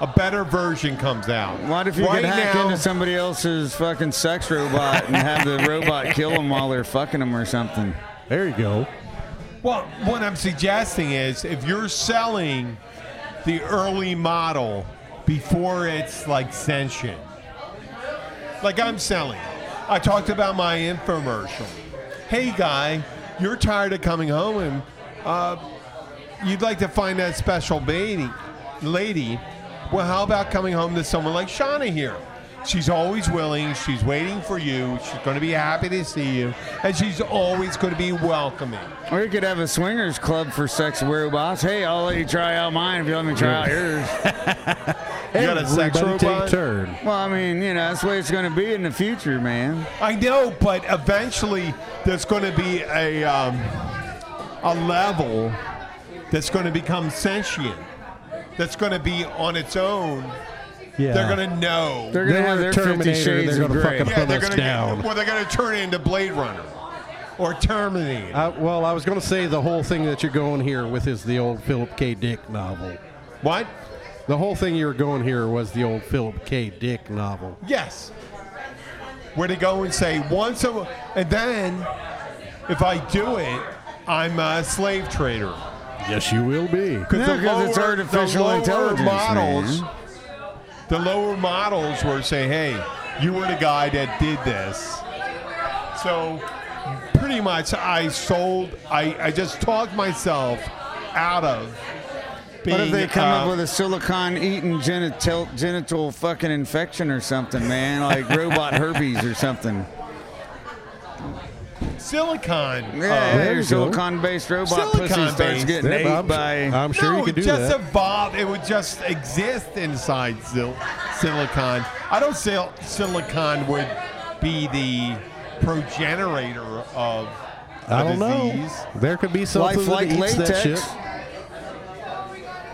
[SPEAKER 1] a better version comes out.
[SPEAKER 3] What if you
[SPEAKER 1] right
[SPEAKER 3] could hack
[SPEAKER 1] now,
[SPEAKER 3] into somebody else's fucking sex robot and have the robot kill them while they're fucking them or something?
[SPEAKER 2] There you go.
[SPEAKER 1] Well, what I'm suggesting is if you're selling the early model before it's like sentient, like I'm selling, I talked about my infomercial. Hey, guy, you're tired of coming home and uh, you'd like to find that special baby, lady. Well, how about coming home to someone like Shauna here? She's always willing. She's waiting for you. She's going to be happy to see you. And she's always going to be welcoming.
[SPEAKER 3] Or you could have a swingers club for sex robots. Hey, I'll let you try out mine if you let me try out yours.
[SPEAKER 1] You got a sex
[SPEAKER 2] Everybody
[SPEAKER 1] robot?
[SPEAKER 2] take turn.
[SPEAKER 3] Well, I mean, you know, that's the way it's going to be in the future, man.
[SPEAKER 1] I know, but eventually there's going to be a um, a level that's going to become sentient. That's going to be on its own.
[SPEAKER 2] Yeah.
[SPEAKER 1] They're going to know.
[SPEAKER 3] They're going to
[SPEAKER 2] They're
[SPEAKER 3] have their
[SPEAKER 2] Terminator,
[SPEAKER 3] 50 shades
[SPEAKER 2] they're
[SPEAKER 3] of
[SPEAKER 2] gonna
[SPEAKER 3] gray.
[SPEAKER 2] fucking-
[SPEAKER 1] yeah,
[SPEAKER 2] put
[SPEAKER 1] they're
[SPEAKER 2] us
[SPEAKER 1] going to
[SPEAKER 2] down.
[SPEAKER 1] well, they're going to turn into Blade Runner or Terminator.
[SPEAKER 2] Uh, well, I was going to say the whole thing that you're going here with is the old Philip K. Dick novel.
[SPEAKER 1] what?
[SPEAKER 2] The whole thing you were going here was the old Philip K. Dick novel.
[SPEAKER 1] Yes. Where they go and say once a, and then if I do it, I'm a slave trader.
[SPEAKER 2] Yes, you will be.
[SPEAKER 3] No, 'cause it's artificial intelligence, man.
[SPEAKER 1] the lower models were saying, "Hey, you were the guy that did this." So, pretty much, I sold. I, I just talked myself out of. Being,
[SPEAKER 3] What if they come up
[SPEAKER 1] uh,
[SPEAKER 3] with a silicon eating genital, genital fucking infection or something, man? Like robot herpes or something.
[SPEAKER 1] silicon? uh,
[SPEAKER 3] Yeah,
[SPEAKER 2] Oh, there
[SPEAKER 3] your
[SPEAKER 2] you go.
[SPEAKER 3] silicon based robot pussy
[SPEAKER 1] Silicon-based.
[SPEAKER 3] starts getting
[SPEAKER 2] Yeah,
[SPEAKER 3] ate
[SPEAKER 2] but I'm,
[SPEAKER 3] by.
[SPEAKER 2] I'm sure
[SPEAKER 1] no,
[SPEAKER 2] you could do
[SPEAKER 1] it just
[SPEAKER 2] that.
[SPEAKER 1] evolved. It would just exist inside sil- silicon. I don't say silicon would be the progenitor of.
[SPEAKER 2] I
[SPEAKER 1] a
[SPEAKER 2] don't know.
[SPEAKER 1] disease.
[SPEAKER 2] There could be something
[SPEAKER 3] Life like
[SPEAKER 2] that eats that
[SPEAKER 3] latex.
[SPEAKER 2] shit.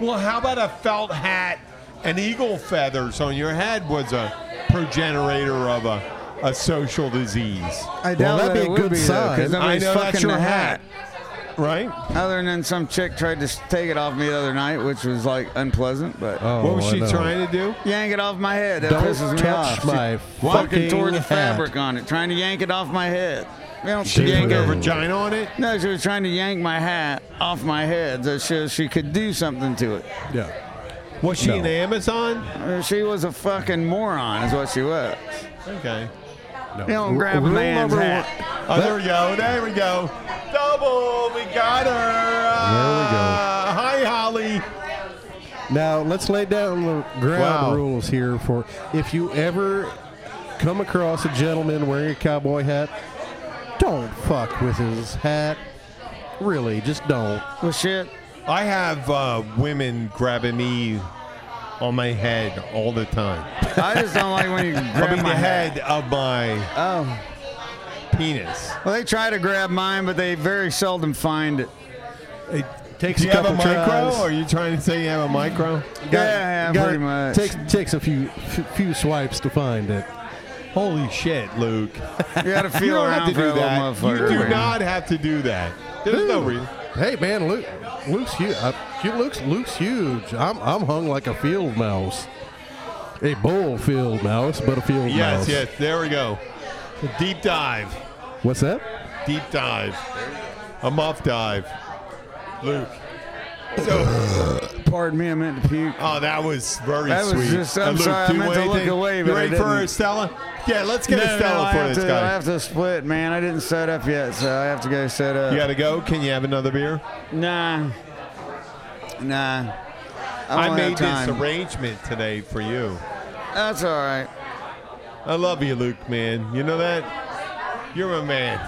[SPEAKER 1] Well, how about a felt hat and eagle feathers on your head was a progenitor of a, a social disease,
[SPEAKER 3] I
[SPEAKER 2] Well,
[SPEAKER 3] doubt
[SPEAKER 2] that'd be
[SPEAKER 3] that
[SPEAKER 2] a
[SPEAKER 3] it
[SPEAKER 2] good
[SPEAKER 3] would be, though, 'cause
[SPEAKER 2] sign. I
[SPEAKER 3] nobody's
[SPEAKER 1] know that's
[SPEAKER 3] fucking
[SPEAKER 1] your
[SPEAKER 3] the
[SPEAKER 1] hat. right?
[SPEAKER 3] Other than some chick tried to s- take it off me the other night, which was like unpleasant, but
[SPEAKER 2] Oh,
[SPEAKER 1] what was
[SPEAKER 2] I
[SPEAKER 1] she
[SPEAKER 2] know.
[SPEAKER 1] trying to do?
[SPEAKER 3] yank it off my head. That
[SPEAKER 2] Don't
[SPEAKER 3] pisses me
[SPEAKER 2] touch
[SPEAKER 3] off.
[SPEAKER 2] my
[SPEAKER 3] She fucking tore
[SPEAKER 2] fucking
[SPEAKER 3] the
[SPEAKER 2] hat.
[SPEAKER 3] fabric on it, trying to yank it off my head. You don't
[SPEAKER 2] She
[SPEAKER 3] yank
[SPEAKER 2] put
[SPEAKER 3] it.
[SPEAKER 2] her
[SPEAKER 1] Vagina on it?
[SPEAKER 3] No, she was trying to yank my hat off my head so she, she could do something to it.
[SPEAKER 2] Yeah.
[SPEAKER 1] Was she
[SPEAKER 2] No.
[SPEAKER 1] an Amazon?
[SPEAKER 3] Uh, She was a fucking moron, is what she was.
[SPEAKER 1] Okay.
[SPEAKER 2] No.
[SPEAKER 3] You don't
[SPEAKER 2] Ru-
[SPEAKER 3] grab a
[SPEAKER 2] rule
[SPEAKER 3] man's
[SPEAKER 2] number
[SPEAKER 3] hat.
[SPEAKER 2] one-
[SPEAKER 1] Oh, there we go. There we go. Double. We got her. Uh, Hi, Holly.
[SPEAKER 2] Now let's lay down the ground
[SPEAKER 1] Wow.
[SPEAKER 2] rules here for if you ever come across a gentleman wearing a cowboy hat, don't fuck with his hat. Really, just don't.
[SPEAKER 3] Well, shit.
[SPEAKER 1] I have uh, women grabbing me on my head all the time.
[SPEAKER 3] I just don't like when you
[SPEAKER 1] I
[SPEAKER 3] grab
[SPEAKER 1] mean,
[SPEAKER 3] my
[SPEAKER 1] the head of my
[SPEAKER 3] Oh.
[SPEAKER 1] penis.
[SPEAKER 3] Well, they try to grab mine, but they very seldom find it.
[SPEAKER 1] It
[SPEAKER 2] takes
[SPEAKER 1] Do you
[SPEAKER 2] a
[SPEAKER 1] have a
[SPEAKER 2] couple
[SPEAKER 1] micro?
[SPEAKER 2] tries.
[SPEAKER 1] Or are you trying to say you have a micro?
[SPEAKER 3] yeah,
[SPEAKER 2] Got-
[SPEAKER 3] pretty much.
[SPEAKER 2] Takes takes a few f- few swipes to find it.
[SPEAKER 1] Holy shit,
[SPEAKER 3] (laughs)
[SPEAKER 1] Luke!
[SPEAKER 3] You gotta
[SPEAKER 1] (laughs) You
[SPEAKER 3] feel
[SPEAKER 1] don't
[SPEAKER 3] around
[SPEAKER 1] have to
[SPEAKER 3] for a
[SPEAKER 1] do
[SPEAKER 3] little
[SPEAKER 1] that. You
[SPEAKER 3] motherfucker.
[SPEAKER 1] do
[SPEAKER 3] man.
[SPEAKER 1] not have to do that. There's no reason.
[SPEAKER 2] Hey man, Luke, Luke's huge. Uh, hu- Luke's Luke's huge. I'm I'm hung like a field mouse, a bull field mouse, but a field
[SPEAKER 1] Yes,
[SPEAKER 2] mouse.
[SPEAKER 1] yes. There we go. Deep dive.
[SPEAKER 2] What's that?
[SPEAKER 1] Deep dive. A muff dive. Luke. So,
[SPEAKER 3] Pardon me, I meant to puke.
[SPEAKER 1] oh, that was very
[SPEAKER 3] That was
[SPEAKER 1] sweet.
[SPEAKER 3] just- I'm
[SPEAKER 1] Luke,
[SPEAKER 3] sorry, I
[SPEAKER 1] do you
[SPEAKER 3] meant to
[SPEAKER 1] want
[SPEAKER 3] look
[SPEAKER 1] anything?
[SPEAKER 3] away, but
[SPEAKER 1] You
[SPEAKER 3] I
[SPEAKER 1] ready for
[SPEAKER 3] didn't.
[SPEAKER 1] Estella? Yeah, let's get Estella
[SPEAKER 3] I
[SPEAKER 1] for
[SPEAKER 3] have
[SPEAKER 1] this
[SPEAKER 3] to, I
[SPEAKER 1] guy.
[SPEAKER 3] have to split, man. I didn't set up yet, so I have to go set up.
[SPEAKER 1] you got to go. Can you have another beer?
[SPEAKER 3] Nah. Nah. I,
[SPEAKER 1] I
[SPEAKER 3] don't
[SPEAKER 1] made this
[SPEAKER 3] have time.
[SPEAKER 1] arrangement today for you.
[SPEAKER 3] That's all right.
[SPEAKER 1] I love you, Luke, man. You know that? You're a man.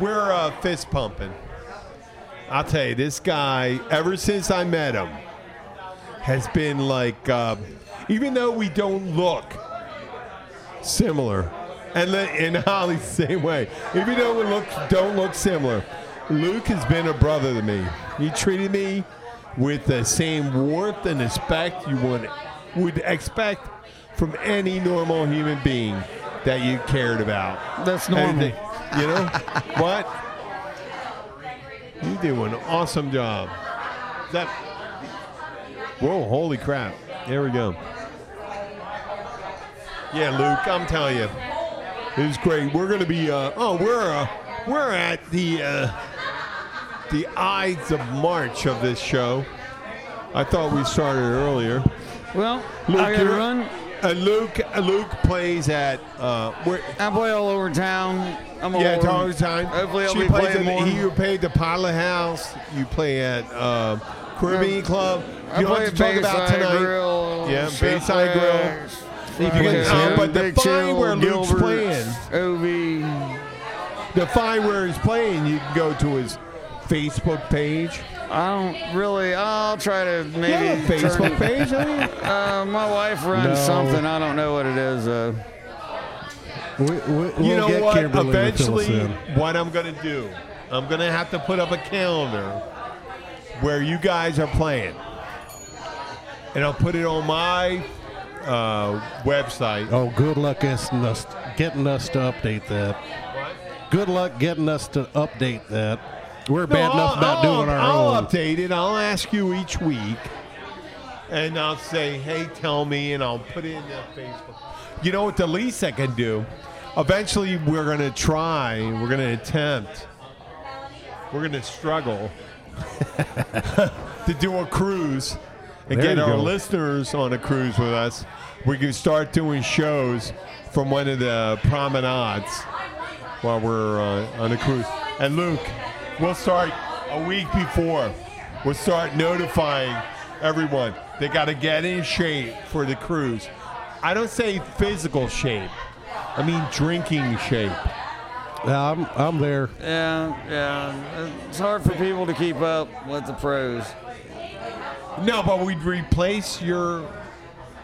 [SPEAKER 1] We're uh, fist pumping. I'll tell you, this guy, ever since I met him, has been like, uh, even though we don't look similar, and, le- and Holly's the (laughs) same way, even though we look, don't look similar, Luke has been a brother to me. He treated me with the same warmth and respect you would, would expect from any normal human being. that you cared about.
[SPEAKER 3] That's normal.
[SPEAKER 1] Anything, you
[SPEAKER 3] (laughs)
[SPEAKER 1] know? what? You do an awesome job. That. Whoa, holy crap. There we go. Yeah, Luke, I'm telling you. It was great. We're going to be, uh, oh, we're, uh, we're at the, uh, the Ides of March of this show. I thought we started earlier.
[SPEAKER 3] Well,
[SPEAKER 1] Luke,
[SPEAKER 3] I gotta
[SPEAKER 1] you're-
[SPEAKER 3] run.
[SPEAKER 1] Uh, Luke, uh, Luke plays at, uh, where,
[SPEAKER 3] I play all over town. I'm all
[SPEAKER 1] yeah,
[SPEAKER 3] over.
[SPEAKER 1] Tower Time.
[SPEAKER 3] Hopefully, I'll
[SPEAKER 1] she
[SPEAKER 3] be
[SPEAKER 1] plays
[SPEAKER 3] playing E
[SPEAKER 1] at,
[SPEAKER 3] more.
[SPEAKER 1] You play at the Pilot House. You play at uh, Caribbean Club.
[SPEAKER 3] I
[SPEAKER 1] You don't
[SPEAKER 3] play
[SPEAKER 1] have to
[SPEAKER 3] at
[SPEAKER 1] talk about
[SPEAKER 3] Bayside
[SPEAKER 1] tonight.
[SPEAKER 3] Grill.
[SPEAKER 1] Yeah,
[SPEAKER 3] Chef
[SPEAKER 1] Bayside Grill.
[SPEAKER 3] Rags,
[SPEAKER 1] You
[SPEAKER 3] Fried
[SPEAKER 1] can-
[SPEAKER 3] Chicken,
[SPEAKER 1] oh, but
[SPEAKER 3] Big
[SPEAKER 1] define
[SPEAKER 3] Chill,
[SPEAKER 1] where Luke's
[SPEAKER 3] Gilbert,
[SPEAKER 1] playing.
[SPEAKER 3] Ovi.
[SPEAKER 1] To find where he's playing, you can go to his Facebook page.
[SPEAKER 3] I don't really. I'll try to maybe.
[SPEAKER 1] Yeah, Facebook
[SPEAKER 3] turn-
[SPEAKER 1] page. don't you?
[SPEAKER 3] Uh, my wife runs
[SPEAKER 2] No.
[SPEAKER 3] something. I don't know what it is. Uh,
[SPEAKER 2] We, we, we'll
[SPEAKER 1] you know
[SPEAKER 2] get
[SPEAKER 1] what?
[SPEAKER 2] Kimberly to fill us
[SPEAKER 1] Eventually,
[SPEAKER 2] in.
[SPEAKER 1] what I'm going to do, I'm going to have to put up a calendar where you guys are playing. And I'll put it on my uh, website.
[SPEAKER 2] Oh, good luck getting us getting us to update that. Good luck getting us to update that. We're bad
[SPEAKER 1] No,
[SPEAKER 2] enough not doing our
[SPEAKER 1] I'll
[SPEAKER 2] own.
[SPEAKER 1] update it. I'll ask you each week, and I'll say, "Hey, tell me," and I'll put it in the Facebook. You know what? The least I can do. Eventually, we're gonna try. We're gonna attempt. We're gonna struggle (laughs) to do a cruise and
[SPEAKER 2] There
[SPEAKER 1] get
[SPEAKER 2] you
[SPEAKER 1] our
[SPEAKER 2] go.
[SPEAKER 1] listeners on a cruise with us. We can start doing shows from one of the promenades while we're uh, on a cruise. And Luke, we'll start a week before. We'll start notifying everyone. They got to get in shape for the cruise. I don't say physical shape. I mean drinking shape.
[SPEAKER 2] Yeah, I'm I'm there.
[SPEAKER 3] yeah, yeah. It's hard for people to keep up with the pros.
[SPEAKER 1] No, but we'd replace your.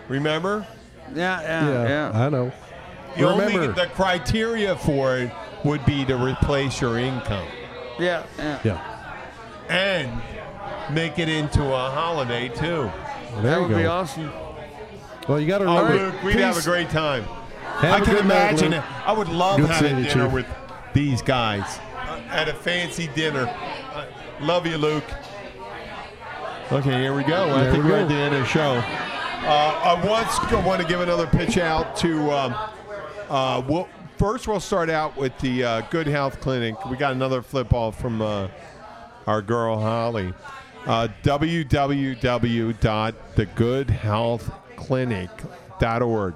[SPEAKER 1] Remember?
[SPEAKER 3] Yeah, yeah,
[SPEAKER 2] Yeah,
[SPEAKER 3] Oh, yeah.
[SPEAKER 2] I know.
[SPEAKER 1] You
[SPEAKER 2] Remember.
[SPEAKER 1] Only the criteria for it would be to replace your income
[SPEAKER 3] yeah, yeah.
[SPEAKER 2] yeah,
[SPEAKER 1] and make it into a holiday too.
[SPEAKER 2] Well, there
[SPEAKER 3] That
[SPEAKER 2] you
[SPEAKER 3] would
[SPEAKER 2] go.
[SPEAKER 3] be awesome.
[SPEAKER 2] Well, you got to
[SPEAKER 1] Oh,
[SPEAKER 2] remember.
[SPEAKER 1] Luke, we'd have a
[SPEAKER 2] Peace.
[SPEAKER 1] great time.
[SPEAKER 2] Have
[SPEAKER 1] I
[SPEAKER 2] a
[SPEAKER 1] can
[SPEAKER 2] good night,
[SPEAKER 1] imagine
[SPEAKER 2] Luke.
[SPEAKER 1] it. I would love
[SPEAKER 2] Good
[SPEAKER 1] having
[SPEAKER 2] seeing you,
[SPEAKER 1] dinner
[SPEAKER 2] Chief.
[SPEAKER 1] with these guys uh, at a fancy dinner. Uh, love you, Luke. Okay, here we go. I
[SPEAKER 2] There
[SPEAKER 1] think
[SPEAKER 2] we
[SPEAKER 1] we're
[SPEAKER 2] go.
[SPEAKER 1] at the end of the show. Uh, I once go- want to give another pitch out to. Um, uh, we'll, first, we'll start out with the uh, Good Health Clinic. We got another flip off from uh, our girl Holly. Uh, www.thegoodhealthclinic.org.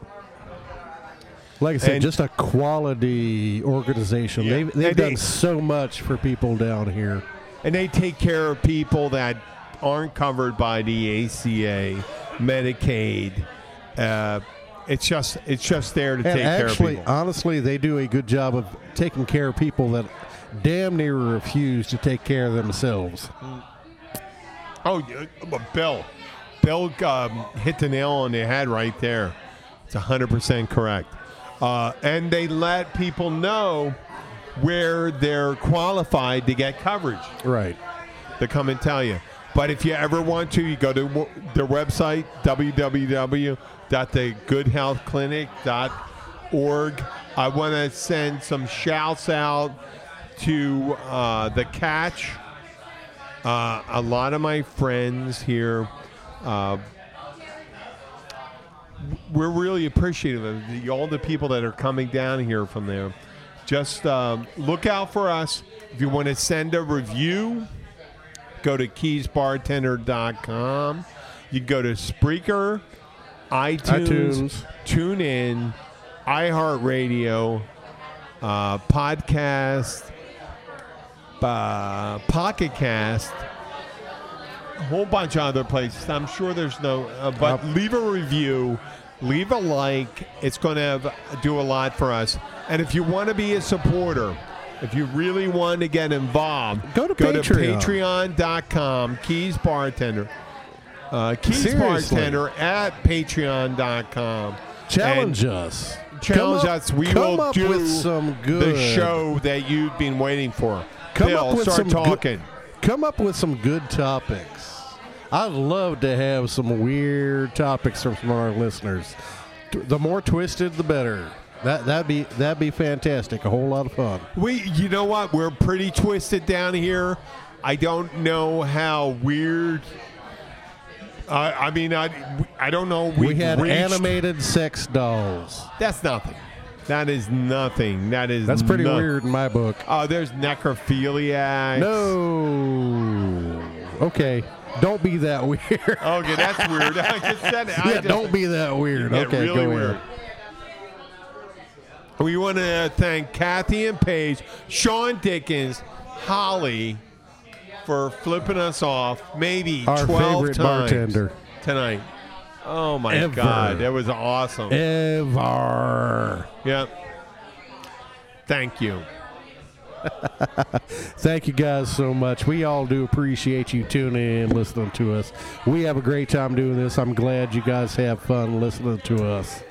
[SPEAKER 2] Like I said,
[SPEAKER 1] And-
[SPEAKER 2] just a quality organization.
[SPEAKER 1] Yeah.
[SPEAKER 2] They've, they've
[SPEAKER 1] And they-
[SPEAKER 2] done so much for people down here.
[SPEAKER 1] and they take care of people that aren't covered by the ACA, Medicaid. Uh, it's just it's just there to
[SPEAKER 2] And
[SPEAKER 1] take care
[SPEAKER 2] actually, uh,
[SPEAKER 1] of people.
[SPEAKER 2] honestly, they do a good job of taking care of people that damn near refuse to take care of themselves.
[SPEAKER 1] Oh, yeah, but Bill, Bill um, hit the nail on the head right there. It's hundred percent correct. Uh, and they let people know where they're qualified to get coverage.
[SPEAKER 2] Right.
[SPEAKER 1] They come and tell you. But if you ever want to, you go to w- their website, www.thegoodhealthclinic.org. I want to send some shouts out to uh, The Catch. Uh, a lot of my friends here, uh, we're really appreciative of the, all the people that are coming down here from there. Just um, look out for us. If you want to send a review, go to keysbartender.com. You can go to Spreaker, iTunes,
[SPEAKER 2] iTunes.
[SPEAKER 1] TuneIn, iHeartRadio, uh, Podcast, uh, Pocket Cast, a whole bunch of other places. I'm sure there's no, uh, but
[SPEAKER 2] Uh,
[SPEAKER 1] leave a review, leave a like. It's going to do a lot for us. And if you want to be a supporter, if you really want to get involved,
[SPEAKER 2] Go to Patreon.
[SPEAKER 1] patreon.com, Keys Bartender. Uh, Keys
[SPEAKER 2] Seriously.
[SPEAKER 1] Bartender at patreon.com.
[SPEAKER 2] Challenge
[SPEAKER 1] And
[SPEAKER 2] us.
[SPEAKER 1] Challenge
[SPEAKER 2] Come up-
[SPEAKER 1] us. We
[SPEAKER 2] come
[SPEAKER 1] will
[SPEAKER 2] up
[SPEAKER 1] do
[SPEAKER 2] with some good
[SPEAKER 1] the show that you've been waiting for.
[SPEAKER 2] Come
[SPEAKER 1] Bill,
[SPEAKER 2] up with
[SPEAKER 1] start
[SPEAKER 2] some good-
[SPEAKER 1] talking.
[SPEAKER 2] Come up with some good topics. I'd love to have some weird topics from some of our listeners. T- The more twisted, the better. That that'd be that'd be fantastic. A whole lot of fun.
[SPEAKER 1] We, you know what? We're pretty twisted down here. I don't know how weird. I I mean, I, I don't know.
[SPEAKER 2] We,
[SPEAKER 1] we've
[SPEAKER 2] had
[SPEAKER 1] reached-
[SPEAKER 2] animated sex dolls.
[SPEAKER 1] That's nothing. That is nothing. That is.
[SPEAKER 2] That's pretty
[SPEAKER 1] no-
[SPEAKER 2] weird in my book.
[SPEAKER 1] Oh, there's necrophilia.
[SPEAKER 2] No. Okay. Don't be that (laughs) weird. yeah,
[SPEAKER 1] Okay, that's weird. (laughs) I just said it. Oh, I just-
[SPEAKER 2] don't be that weird.
[SPEAKER 1] Get
[SPEAKER 2] okay,
[SPEAKER 1] really
[SPEAKER 2] go
[SPEAKER 1] weird.
[SPEAKER 2] ahead.
[SPEAKER 1] We want to thank Kathy and Paige, Sean Dickens, Holly for flipping us off maybe
[SPEAKER 2] Our
[SPEAKER 1] 12
[SPEAKER 2] favorite
[SPEAKER 1] times
[SPEAKER 2] bartender.
[SPEAKER 1] tonight. Oh my
[SPEAKER 2] Ever. E
[SPEAKER 1] God, that was awesome.
[SPEAKER 2] Ever.
[SPEAKER 1] yep. Thank you.
[SPEAKER 2] Thank you guys so much. We all do appreciate you tuning in and listening to us. We have a great time doing this. I'm glad you guys have fun listening to us.